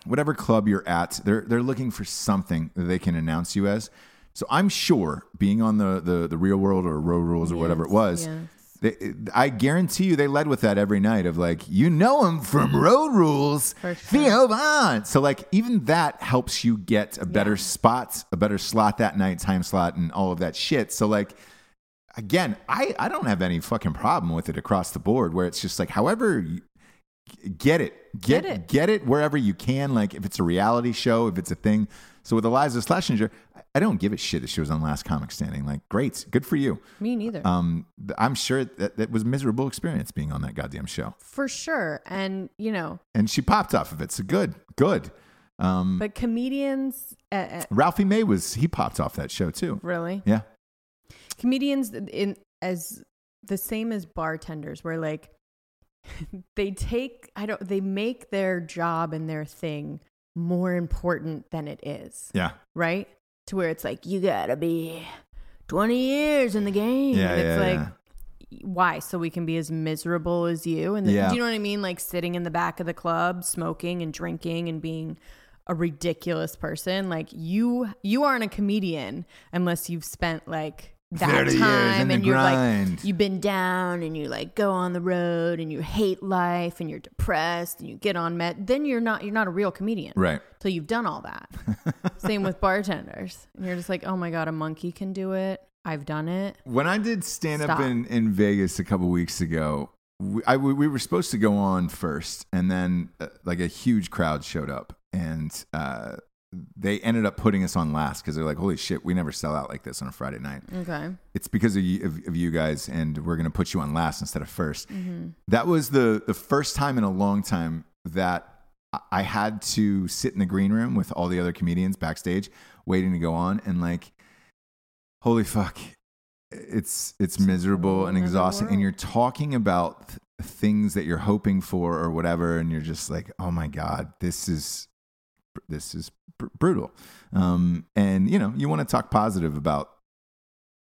Speaker 1: whatever club you're at. They're they're looking for something that they can announce you as. So I'm sure being on the the, the real world or road rules or whatever it was.
Speaker 2: yes.
Speaker 1: They, I guarantee you, they led with that every night of like, you know him from Road Rules,
Speaker 2: For sure.
Speaker 1: Theo Vaughn. So like, even that helps you get a better spot, a better slot that night, time slot, and all of that shit. So like, again, I, I don't have any fucking problem with it across the board where it's just like, however, you, get it, get,
Speaker 2: Get it.
Speaker 1: get it wherever you can. Like if it's a reality show, if it's a thing. So with Eliza Schlesinger, I- I don't give a shit that she was on Last Comic Standing. Like, great, good for you.
Speaker 2: me neither.
Speaker 1: Um, th- I'm sure that that was a miserable experience being on that goddamn show.
Speaker 2: For sure. And you know,
Speaker 1: And she popped off of it. So good, good. Um,
Speaker 2: but comedians uh, uh,
Speaker 1: Ralphie May was he popped off that show too.
Speaker 2: really
Speaker 1: Yeah,
Speaker 2: comedians in as the same as bartenders where like they take i don't they make their job and their thing more important than it is
Speaker 1: yeah,
Speaker 2: right to where it's like you gotta be 20 years in the game
Speaker 1: Yeah,
Speaker 2: and it's
Speaker 1: yeah,
Speaker 2: like why so we can be as miserable as you and then,
Speaker 1: Yeah.
Speaker 2: do you know what i mean like sitting in the back of the club smoking and drinking and being a ridiculous person like you you aren't a comedian unless you've spent like that
Speaker 1: 30 years in
Speaker 2: time
Speaker 1: the
Speaker 2: and you're
Speaker 1: grind.
Speaker 2: like you've been down and you like go on the road and you hate life and you're depressed and you get on met then you're not you're not a real comedian
Speaker 1: right.
Speaker 2: till you've done all that same with bartenders and you're just like oh my god a monkey can do it i've done it
Speaker 1: When I did stand up
Speaker 2: Stop.
Speaker 1: in, in Vegas a couple weeks ago, we, I, we we were supposed to go on first, and then uh, like a huge crowd showed up, and uh, they ended up putting us on last because they're like, "Holy shit, we never sell out like this on a Friday night."
Speaker 2: okay
Speaker 1: it's because of you, of, of you guys, and we're going to put you on last instead of 1st That was the the first time in a long time that I- I had to sit in the green room with all the other comedians backstage, waiting to go on, and like, holy fuck, it's it's miserable and
Speaker 2: another
Speaker 1: exhausting, and
Speaker 2: world.
Speaker 1: you're talking about th- things that you're hoping for or whatever, and you're just like, oh my god, this is this is br- brutal. Um, and you know, you want to talk positive about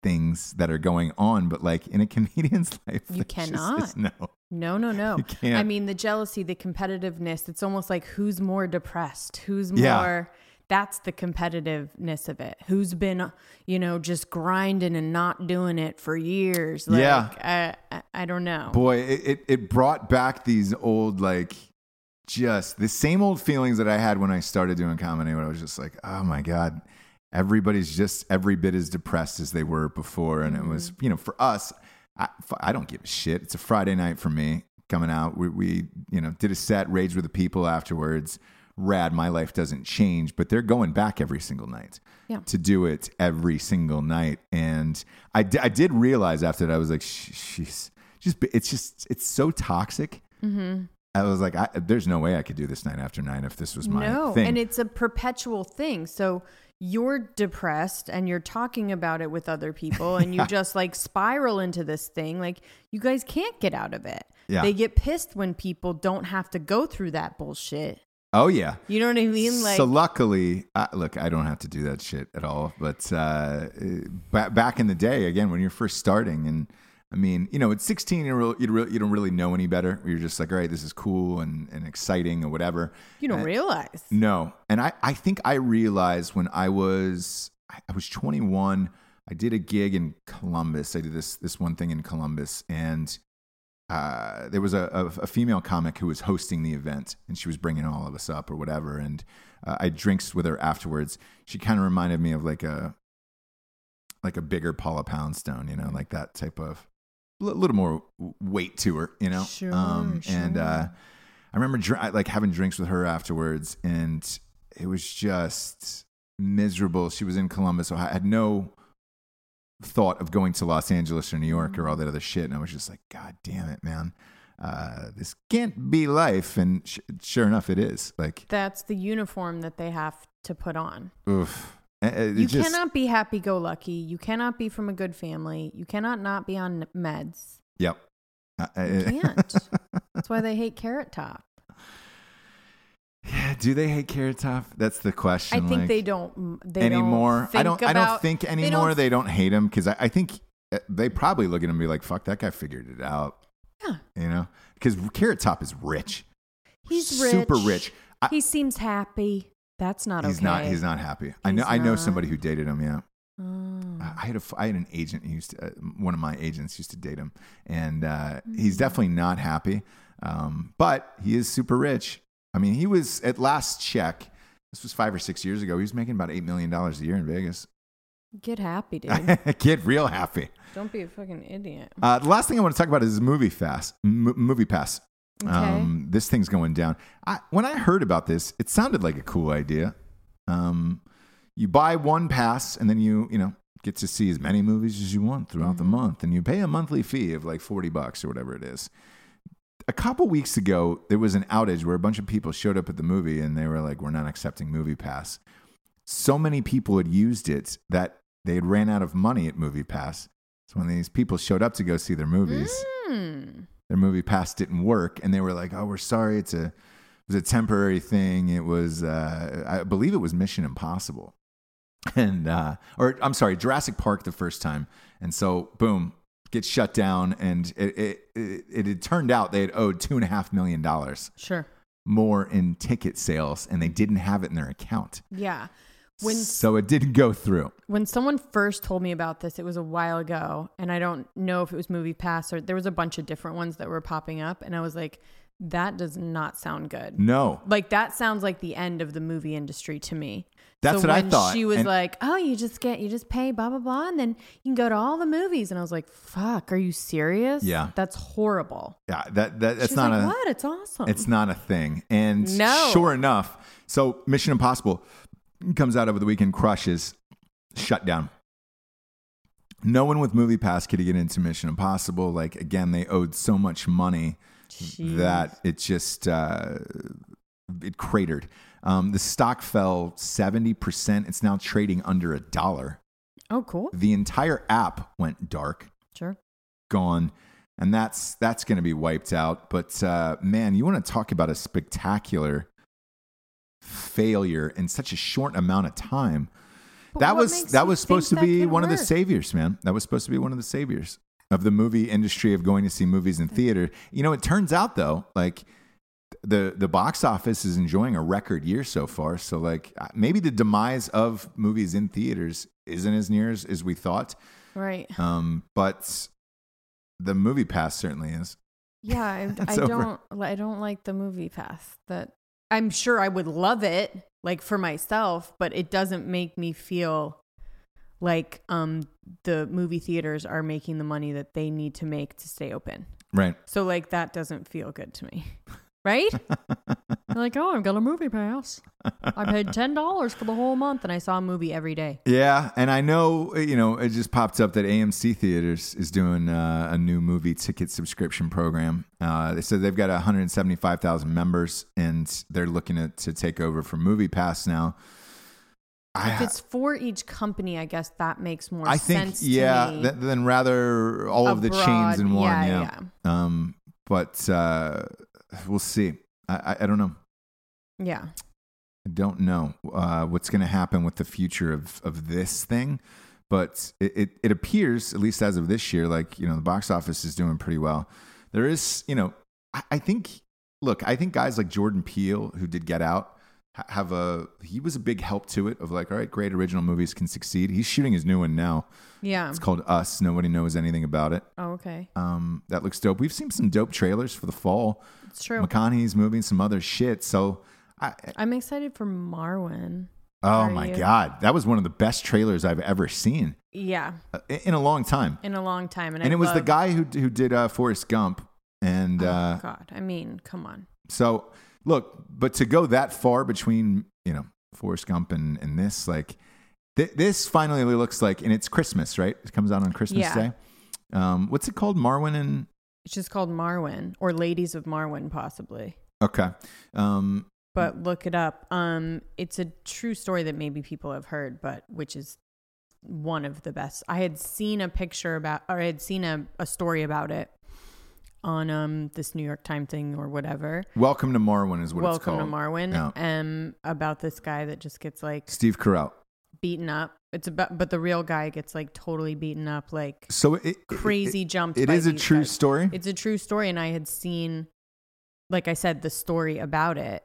Speaker 1: things that are going on, but like in a comedian's life,
Speaker 2: You
Speaker 1: it's just-
Speaker 2: cannot.
Speaker 1: it's no.
Speaker 2: No, no, no.
Speaker 1: You can't.
Speaker 2: I mean, the jealousy, the competitiveness, it's almost like who's more depressed, who's
Speaker 1: Yeah.
Speaker 2: more. That's the competitiveness of it. Who's been, you know, just grinding and not doing it for years? Like,
Speaker 1: Yeah.
Speaker 2: I, I, I don't know.
Speaker 1: Boy, it, it, it brought back these old, like, just the same old feelings that I had when I started doing comedy, when I was just like, oh my God, everybody's just every bit as depressed as they were before. And it was, you know, for us, I, f- I don't give a shit. It's a Friday night for me coming out. We, we, you know, did a set, Rage with the People afterwards. Rad, my life doesn't change, but they're going back every single night
Speaker 2: Yeah.
Speaker 1: to do it every single night. And I, di- I did realize after that, I was like, "Sh- she's just, it's just, it's so toxic. I was like, I, there's no way I could do this night after night if this was my
Speaker 2: no,
Speaker 1: thing.
Speaker 2: and it's a perpetual thing. So you're depressed and you're talking about it with other people and you just like spiral into this thing. Like you guys can't get out of it.
Speaker 1: Yeah.
Speaker 2: They get pissed when people don't have to go through that bullshit.
Speaker 1: oh yeah.
Speaker 2: You know what I mean? Like
Speaker 1: so luckily, I, look, I don't have to do that shit at all. But uh, ba- back in the day, again, when you're first starting, and I mean, you know, at 16, you re- you, re- you don't really know any better. You're just like, all right, this is cool and, and exciting or whatever.
Speaker 2: you don't realize.
Speaker 1: No. And I, I think I realized when I was I I was 21, I did a gig in Columbus. I did this this one thing in Columbus and uh, there was a, a, a female comic who was hosting the event and she was bringing all of us up or whatever. And uh, I drinks with her afterwards. She kind of reminded me of like a, like a bigger Paula Poundstone, you know, like that type of a little more weight to her, you know?
Speaker 2: Sure,
Speaker 1: And,
Speaker 2: sure.
Speaker 1: uh, I remember dr- I, like having drinks with her afterwards and it was just miserable. She was in Columbus, so I had no thought of going to Los Angeles or New York
Speaker 2: Mm.
Speaker 1: or all that other shit. And I was just like, God damn it, man. Uh, this can't be life. And sh- sure enough, it is. Like,
Speaker 2: That's the uniform that they have to put on.
Speaker 1: oof. Uh, uh, it
Speaker 2: you
Speaker 1: just-
Speaker 2: cannot be happy go lucky. You cannot be from a good family. You cannot not be on meds.
Speaker 1: Yep. Uh, uh,
Speaker 2: You can't. That's why they hate Carrot Top.
Speaker 1: yeah, do they hate Carrot Top? That's the
Speaker 2: I
Speaker 1: question.
Speaker 2: think
Speaker 1: like-
Speaker 2: they don't. They
Speaker 1: anymore.
Speaker 2: Don't think
Speaker 1: I don't.
Speaker 2: About,
Speaker 1: I don't think
Speaker 2: don't
Speaker 1: anymore. They don't, hate him because I, I think uh, they probably look at him and be like, "Fuck, that guy figured it out."
Speaker 2: Yeah.
Speaker 1: You know, because Carrot Top is rich.
Speaker 2: He's rich.
Speaker 1: super rich. I-
Speaker 2: he seems happy. That's not
Speaker 1: he's
Speaker 2: okay.
Speaker 1: not. He's not happy. I know.
Speaker 2: He's
Speaker 1: I know
Speaker 2: not.
Speaker 1: somebody who dated him. Yeah.
Speaker 2: Oh.
Speaker 1: I I had a. f- I had an agent who used to. Uh, one of my agents used to date him, and uh,
Speaker 2: Hmm.
Speaker 1: he's definitely not happy. Um, but he is super rich. I mean, he was at last check. This was five or six years ago. He was making about eight million dollars a year in Vegas.
Speaker 2: Get happy, dude.
Speaker 1: Get real happy.
Speaker 2: don't be a fucking idiot.
Speaker 1: Uh, the last thing I want to talk about is Movie Fast, M- Movie Pass. Um, this thing's going down. I, when I heard about this, it sounded like a cool idea. Um, you buy one pass, and then you you know get to see as many movies as you want throughout the month, and you pay a monthly fee of like forty bucks or whatever it is. A couple weeks ago, there was an outage where a bunch of people showed up at the movie, and they were like, "We're not accepting Movie Pass." So many people had used it that they had ran out of money at Movie Pass. So when these people showed up to go see their movies,
Speaker 2: Hmm.
Speaker 1: their movie pass didn't work and they were like oh we're sorry it's a it was a temporary thing it was uh, i believe it was mission impossible and uh, or i'm sorry jurassic park the first time and so boom gets shut down and it it, it, it had turned out they had owed two and a half million dollars
Speaker 2: Sure.
Speaker 1: more in ticket sales and they didn't have it in their account
Speaker 2: Yeah. When
Speaker 1: so it didn't go through
Speaker 2: when someone first told me about this, it was a while ago, and I don't know if it was Movie Pass or there was a bunch of different ones that were popping up, and I was like, that does not sound good.
Speaker 1: no
Speaker 2: Like that sounds like the end of the movie industry to me.
Speaker 1: That's
Speaker 2: so
Speaker 1: what I
Speaker 2: when
Speaker 1: thought,
Speaker 2: She was
Speaker 1: and-
Speaker 2: like, "Oh, you just get you just pay blah blah blah, and then you can go to all the movies." And I was like, "Fuck, are you serious?
Speaker 1: Yeah.
Speaker 2: that's horrible."
Speaker 1: yeah that, that that's
Speaker 2: She's
Speaker 1: not
Speaker 2: like,
Speaker 1: a
Speaker 2: "What? It's awesome.
Speaker 1: It's not a thing. And
Speaker 2: No.
Speaker 1: sure enough, so Mission Impossible comes out over the weekend, crushes, shut down. No one with Movie Pass could get into Mission Impossible. Like again, they owed so much money
Speaker 2: Jeez.
Speaker 1: that it just uh, it cratered. Um, the stock fell seventy percent. It's now trading under a dollar.
Speaker 2: Oh, cool.
Speaker 1: The entire app went dark
Speaker 2: Sure.
Speaker 1: gone and that's that's going to be wiped out but uh, man you want to talk about a spectacular failure in such a short amount of time
Speaker 2: But
Speaker 1: that
Speaker 2: what
Speaker 1: was
Speaker 2: makes
Speaker 1: that
Speaker 2: you
Speaker 1: was supposed to
Speaker 2: think that
Speaker 1: be
Speaker 2: could
Speaker 1: one of the
Speaker 2: work?
Speaker 1: saviors man that was supposed to be one of the saviors of the movie industry of going to see movies in theater you know it turns out though like the the box office is enjoying a record year so far so like uh, maybe the demise of movies in theaters isn't as near as, as we thought
Speaker 2: Right.
Speaker 1: um, but the movie pass certainly is.
Speaker 2: Yeah, I, I
Speaker 1: It's over.
Speaker 2: don't. I don't like the movie pass. That I'm sure I would love it, like for myself, but it doesn't make me feel like um the movie theaters are making the money that they need to make to stay open.
Speaker 1: Right.
Speaker 2: So like that doesn't feel good to me, right? You're like, oh, I've got a movie pass. I paid ten dollars for the whole month, and I saw a movie every day.
Speaker 1: Yeah, and I know you know it just popped up that AMC Theaters is doing uh, a new movie ticket subscription program. Uh, they said they've got 175,000 members, and they're looking at, to take over from Movie Pass now.
Speaker 2: If
Speaker 1: I
Speaker 2: it's for each company, I guess that makes more
Speaker 1: I think
Speaker 2: sense. to
Speaker 1: yeah,
Speaker 2: me.
Speaker 1: th- then rather all of the chains
Speaker 2: Abroad,
Speaker 1: in one.
Speaker 2: yeah,
Speaker 1: Yeah. Um, but uh, we'll see. I, I, I don't know.
Speaker 2: yeah.
Speaker 1: I don't know uh, what's going to happen with the future of, of this thing, but it, it, it appears, at least as of this year, like, you know, the box office is doing pretty well. There is, you know, I, I think, look, I think guys like Jordan Peele, who did Get Out, ha- have a he was a big help to it of like all right great original movies can succeed he's shooting his new one now
Speaker 2: Yeah.
Speaker 1: it's called us nobody knows anything about it
Speaker 2: Oh, okay.
Speaker 1: um, that looks dope we've seen some dope trailers for the fall
Speaker 2: It's true.
Speaker 1: mcconaughey's moving some other shit so I,
Speaker 2: I'm excited for Marwin.
Speaker 1: oh
Speaker 2: Are
Speaker 1: my
Speaker 2: you?
Speaker 1: god that was one of the best trailers i've ever seen
Speaker 2: Yeah,
Speaker 1: uh, in- in a long time
Speaker 2: in a long time, and,
Speaker 1: and
Speaker 2: I
Speaker 1: it was the
Speaker 2: love-
Speaker 1: guy who who did uh, Forrest Gump, and
Speaker 2: Oh,
Speaker 1: uh,
Speaker 2: God, I mean, come on.
Speaker 1: so look, but to go that far between you know Forrest Gump and and this, like th- this finally looks like, and it's Christmas, right? It comes out on Christmas
Speaker 2: Yeah.
Speaker 1: Day. Um, what's it called, Marwin and
Speaker 2: It's just called Marwin or Ladies of Marwin, possibly.
Speaker 1: okay, um,
Speaker 2: But look it up. Um, it's a true story that maybe people have heard, but which is one of the best. I had seen a picture about, or I had seen a, a story about it on um this New York Times thing or whatever.
Speaker 1: Welcome to Marwin is what it's
Speaker 2: Welcome
Speaker 1: called.
Speaker 2: to Marwin.
Speaker 1: Yeah.
Speaker 2: Um, about this guy that just gets like
Speaker 1: Steve Carell.
Speaker 2: beaten up. It's about, but the real guy gets like totally beaten up, like
Speaker 1: So it, it-
Speaker 2: crazy jumped.
Speaker 1: it
Speaker 2: by
Speaker 1: is a
Speaker 2: these
Speaker 1: true
Speaker 2: guys.
Speaker 1: story.
Speaker 2: It's a true story, and I had seen, like I said, the story about it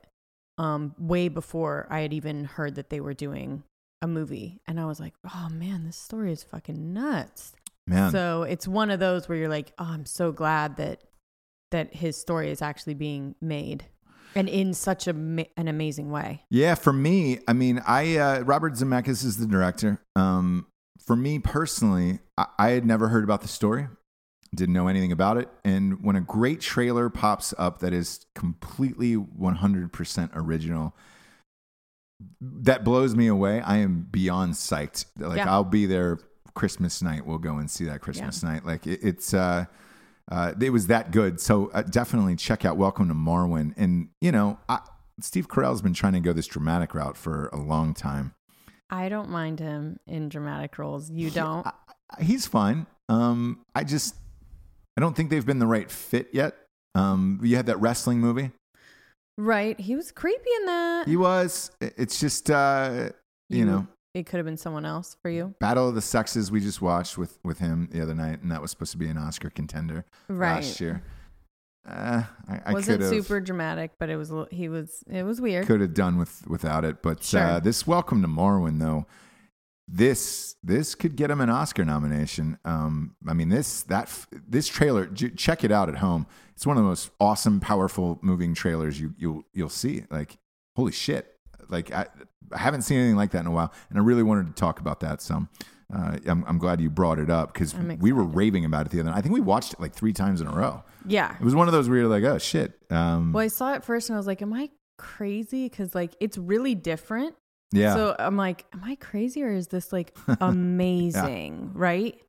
Speaker 2: um, way before I had even heard that they were doing a movie, and I was like, oh man, this story is fucking nuts.
Speaker 1: Man,
Speaker 2: So it's one of those where you're like, oh, I'm so glad that that his story is actually being made, and in such a ma- an amazing way.
Speaker 1: Yeah, for me, I mean, I uh, Robert Zemeckis is the director. Um, for me personally, I, I had never heard about the story, didn't know anything about it, and when a great trailer pops up that is completely one hundred percent original, that blows me away. I am beyond psyched. Like
Speaker 2: Yeah.
Speaker 1: I'll be there Christmas night. We'll go and see that Christmas night. Like it, it's. Uh, uh, it was that good. So uh, definitely check out Welcome to Marwin. And you know, I, Steve Carell's been trying to go this dramatic route for a long time.
Speaker 2: I don't mind him in dramatic roles. You don't.
Speaker 1: I, I- he's fine. Um, I just I don't think they've been the right fit yet. Um, you had that wrestling movie.
Speaker 2: Right. He was creepy in that.
Speaker 1: He was. It- It's just uh, you
Speaker 2: Mm-hmm.
Speaker 1: know,
Speaker 2: it could have been someone else for you.
Speaker 1: Battle of the Sexes we just watched with with him the other night, and that was supposed to be an Oscar contender
Speaker 2: Right.
Speaker 1: last year. Uh, I, I
Speaker 2: Wasn't
Speaker 1: could've-
Speaker 2: super dramatic, but it was, a li- he was, it was weird.
Speaker 1: could have done with without it. But uh,
Speaker 2: Sure.
Speaker 1: this Welcome to Marwin, though, this this could get him an Oscar nomination. Um, I mean this that f- this trailer, j- check it out at home. It's one of the most awesome, powerful, moving trailers you you'll you'll see. Like holy shit! Like I, I haven't seen anything like that in a while, and I really wanted to talk about that some. Uh, I'm, I'm glad you brought it up because
Speaker 2: I'm
Speaker 1: we were raving about it the other night. I think we watched it like three times in a row.
Speaker 2: Yeah.
Speaker 1: It was one of those where you're like, oh shit. Um,
Speaker 2: Well, I saw it first and I was like, am I crazy? Cause like, it's really different.
Speaker 1: yeah.
Speaker 2: So I'm like, am I crazy or is this like amazing? Right.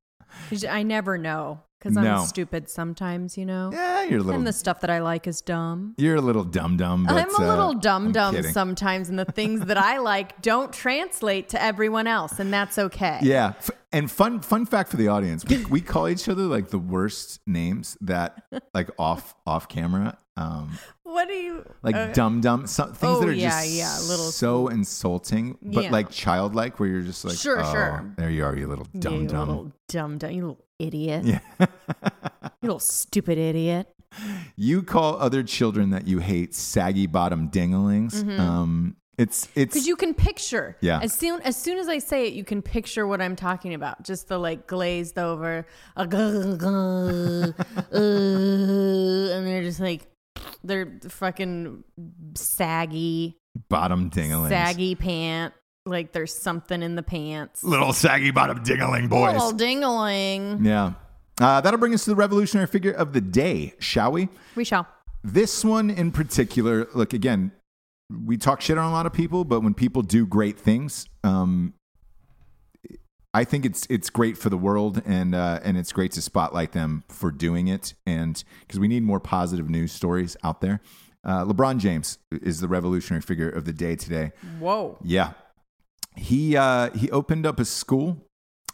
Speaker 2: 'Cause I never know. Cause I'm
Speaker 1: No.
Speaker 2: stupid sometimes, you know,
Speaker 1: yeah, you're a little
Speaker 2: and the stuff that I like is dumb.
Speaker 1: You're a little dum dum. uh,
Speaker 2: I'm a little
Speaker 1: dum
Speaker 2: dumb dumb sometimes, and the things that I like don't translate to everyone else, and that's okay.
Speaker 1: Yeah, F- and fun fun fact for the audience: we, we call each other like the worst names that like off off camera, um,
Speaker 2: What do you
Speaker 1: like
Speaker 2: uh,
Speaker 1: dum dum some things
Speaker 2: oh,
Speaker 1: that are
Speaker 2: yeah,
Speaker 1: just
Speaker 2: yeah, little-
Speaker 1: so insulting, but
Speaker 2: Yeah.
Speaker 1: like childlike, where you're just like,
Speaker 2: Sure,
Speaker 1: "Oh,
Speaker 2: sure.
Speaker 1: there you are, you little dum
Speaker 2: you
Speaker 1: dum.
Speaker 2: little dumb dumb, you little idiot,
Speaker 1: Yeah,
Speaker 2: you little stupid idiot.
Speaker 1: you call other children that you hate saggy bottom dinglings. Um, it's it's
Speaker 2: Because Mm-hmm. you can picture,
Speaker 1: Yeah.
Speaker 2: As soon as soon as I say it, you can picture what I'm talking about. Just the like glazed over, uh, grr, grr, uh, and they're just like they're fucking saggy,
Speaker 1: bottom dinglings,
Speaker 2: saggy pant. Like there's something in the pants.
Speaker 1: little saggy bottom dingling boys.
Speaker 2: Little dingling.
Speaker 1: Yeah. Uh, that'll bring us to the revolutionary figure of the day, shall we?
Speaker 2: We shall.
Speaker 1: This one in particular, look, again, we talk shit on a lot of people, but when people do great things, um, I think it's it's great for the world, and uh, and it's great to spotlight them for doing it, and because we need more positive news stories out there. Uh, LeBron James is the revolutionary figure of the day today.
Speaker 2: Whoa.
Speaker 1: Yeah. He uh, he opened up a school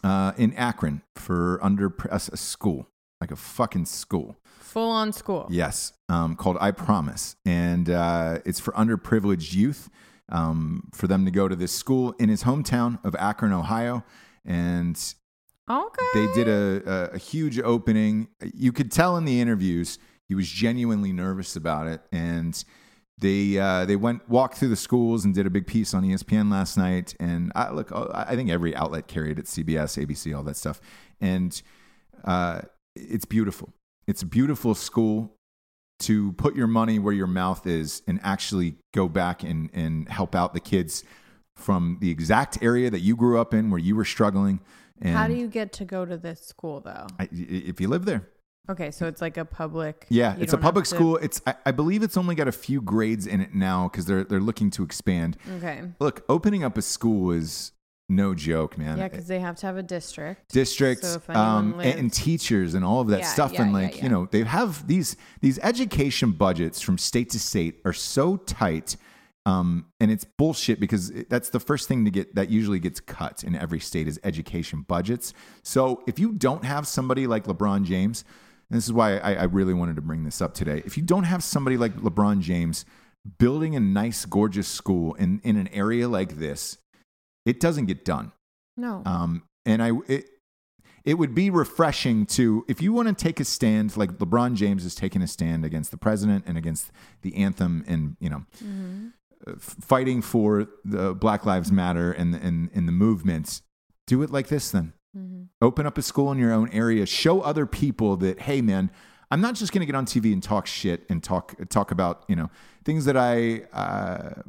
Speaker 1: uh, in Akron for under a, a school, like a fucking school.
Speaker 2: Full on school.
Speaker 1: Yes, um, called I Promise, and uh, it's for underprivileged youth um, for them to go to this school in his hometown of Akron, Ohio, and
Speaker 2: Okay.
Speaker 1: they did a, a, a huge opening. You could tell in the interviews he was genuinely nervous about it, and they uh, they went walked through the schools and did a big piece on E ESPN last night. And I look, uh, I I think every outlet carried it, CBS, ABC, all that stuff. And uh, it's beautiful. It's a beautiful school to put your money where your mouth is and actually go back and, and help out the kids from the exact area that you grew up in where you were struggling. And
Speaker 2: How do you get to go to this school though?
Speaker 1: I, i- if you live there,
Speaker 2: Okay, so it's like a public.
Speaker 1: Yeah,
Speaker 2: you
Speaker 1: it's a
Speaker 2: don't have
Speaker 1: public
Speaker 2: to-
Speaker 1: school. It's I, I believe it's only got a few grades in it now because they're they're looking to expand.
Speaker 2: Okay.
Speaker 1: Look, opening up a school is no joke, man.
Speaker 2: Yeah, because they have to have a district.
Speaker 1: districts
Speaker 2: So if anyone
Speaker 1: um, and, and
Speaker 2: lives-
Speaker 1: teachers and all of that
Speaker 2: Yeah,
Speaker 1: stuff
Speaker 2: yeah,
Speaker 1: and
Speaker 2: yeah,
Speaker 1: like
Speaker 2: yeah.
Speaker 1: you know they have these these education budgets from state to state are so tight um, and it's bullshit because it, that's the first thing to get that usually gets cut in every state is education budgets so if you don't have somebody like lebron james and this is why I, I really wanted to bring this up today if you don't have somebody like lebron james building a nice gorgeous school in, in an area like this it doesn't get done
Speaker 2: No.
Speaker 1: um, and I it, it would be refreshing to if you want to take a stand like LeBron James is taking a stand against the president and against the anthem and you know uh, f- fighting for the Black Lives Matter and and and the movements. Do it like this then. Open up a school in your own area. Show other people that hey man. I'm not just going to get on TV and talk shit and talk talk about you know things that I uh,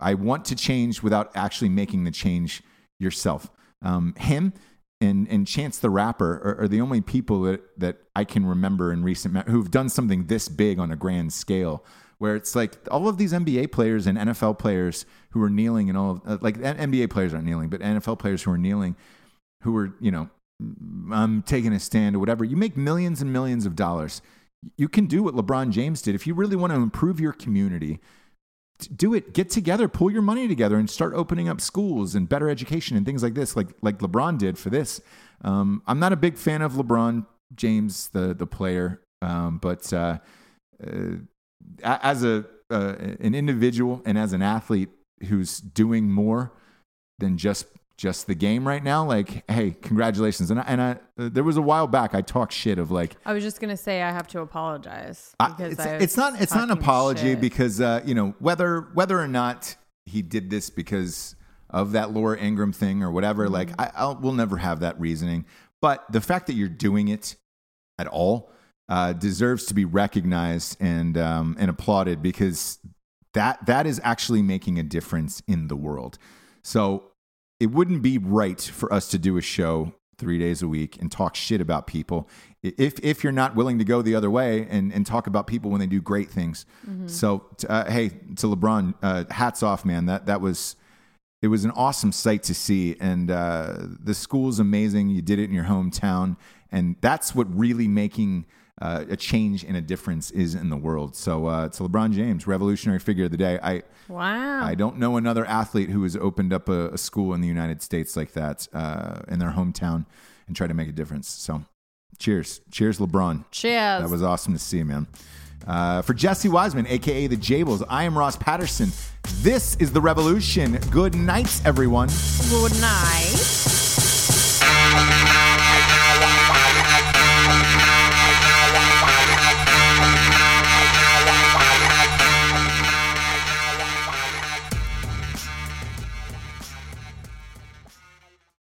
Speaker 1: I want to change without actually making the change yourself. Um, him and and Chance the Rapper are, are the only people that that I can remember in recent me- who've done something this big on a grand scale. Where it's like all of these NBA players and NFL players who are kneeling and all of, uh, like N- NBA players aren't kneeling, but NFL players who are kneeling, who are you know, I'm taking a stand or whatever. You make millions and millions of dollars. You can do what LeBron James did if you really want to improve your community do it get together pull your money together and start opening up schools and better education and things like this like like lebron did for this um, i'm not a big fan of lebron james the the player um, but uh, uh, a- as a uh, an individual and as an athlete who's doing more than just just the game right now like hey congratulations and I, and I, uh, there was a while back i talked shit of like
Speaker 2: I was just gonna say I have to apologize
Speaker 1: I-
Speaker 2: because
Speaker 1: it's,
Speaker 2: I
Speaker 1: it's
Speaker 2: was
Speaker 1: not it's not an
Speaker 2: talking
Speaker 1: apology
Speaker 2: shit.
Speaker 1: because uh, you know whether whether or not he did this because of that Laura Ingram thing or whatever. Like
Speaker 2: Mm-hmm.
Speaker 1: I I'll, we'll never have that reasoning, but the fact that you're doing it at all uh, deserves to be recognized and um, and applauded because that that is actually making a difference in the world. So it wouldn't be right for us to do a show three days a week and talk shit about people i- if if you're not willing to go the other way and and talk about people when they do great things. So t- uh, hey, to LeBron, uh, hats off, man. That that was. It was an awesome sight to see, and uh, the school's amazing. You did it in your hometown, and that's what really making uh, a change and a difference is in the world. So, uh, to LeBron James, revolutionary figure of the day. I
Speaker 2: wow.
Speaker 1: I don't know another athlete who has opened up a, a school in the United States like that uh, in their hometown and tried to make a difference. So, cheers, cheers, LeBron.
Speaker 2: Cheers.
Speaker 1: That was awesome to see, man. Uh, for Jesse Wiseman, aka the Jables, I am Ross Patterson. This is the Revolution. Good night, everyone.
Speaker 2: good night.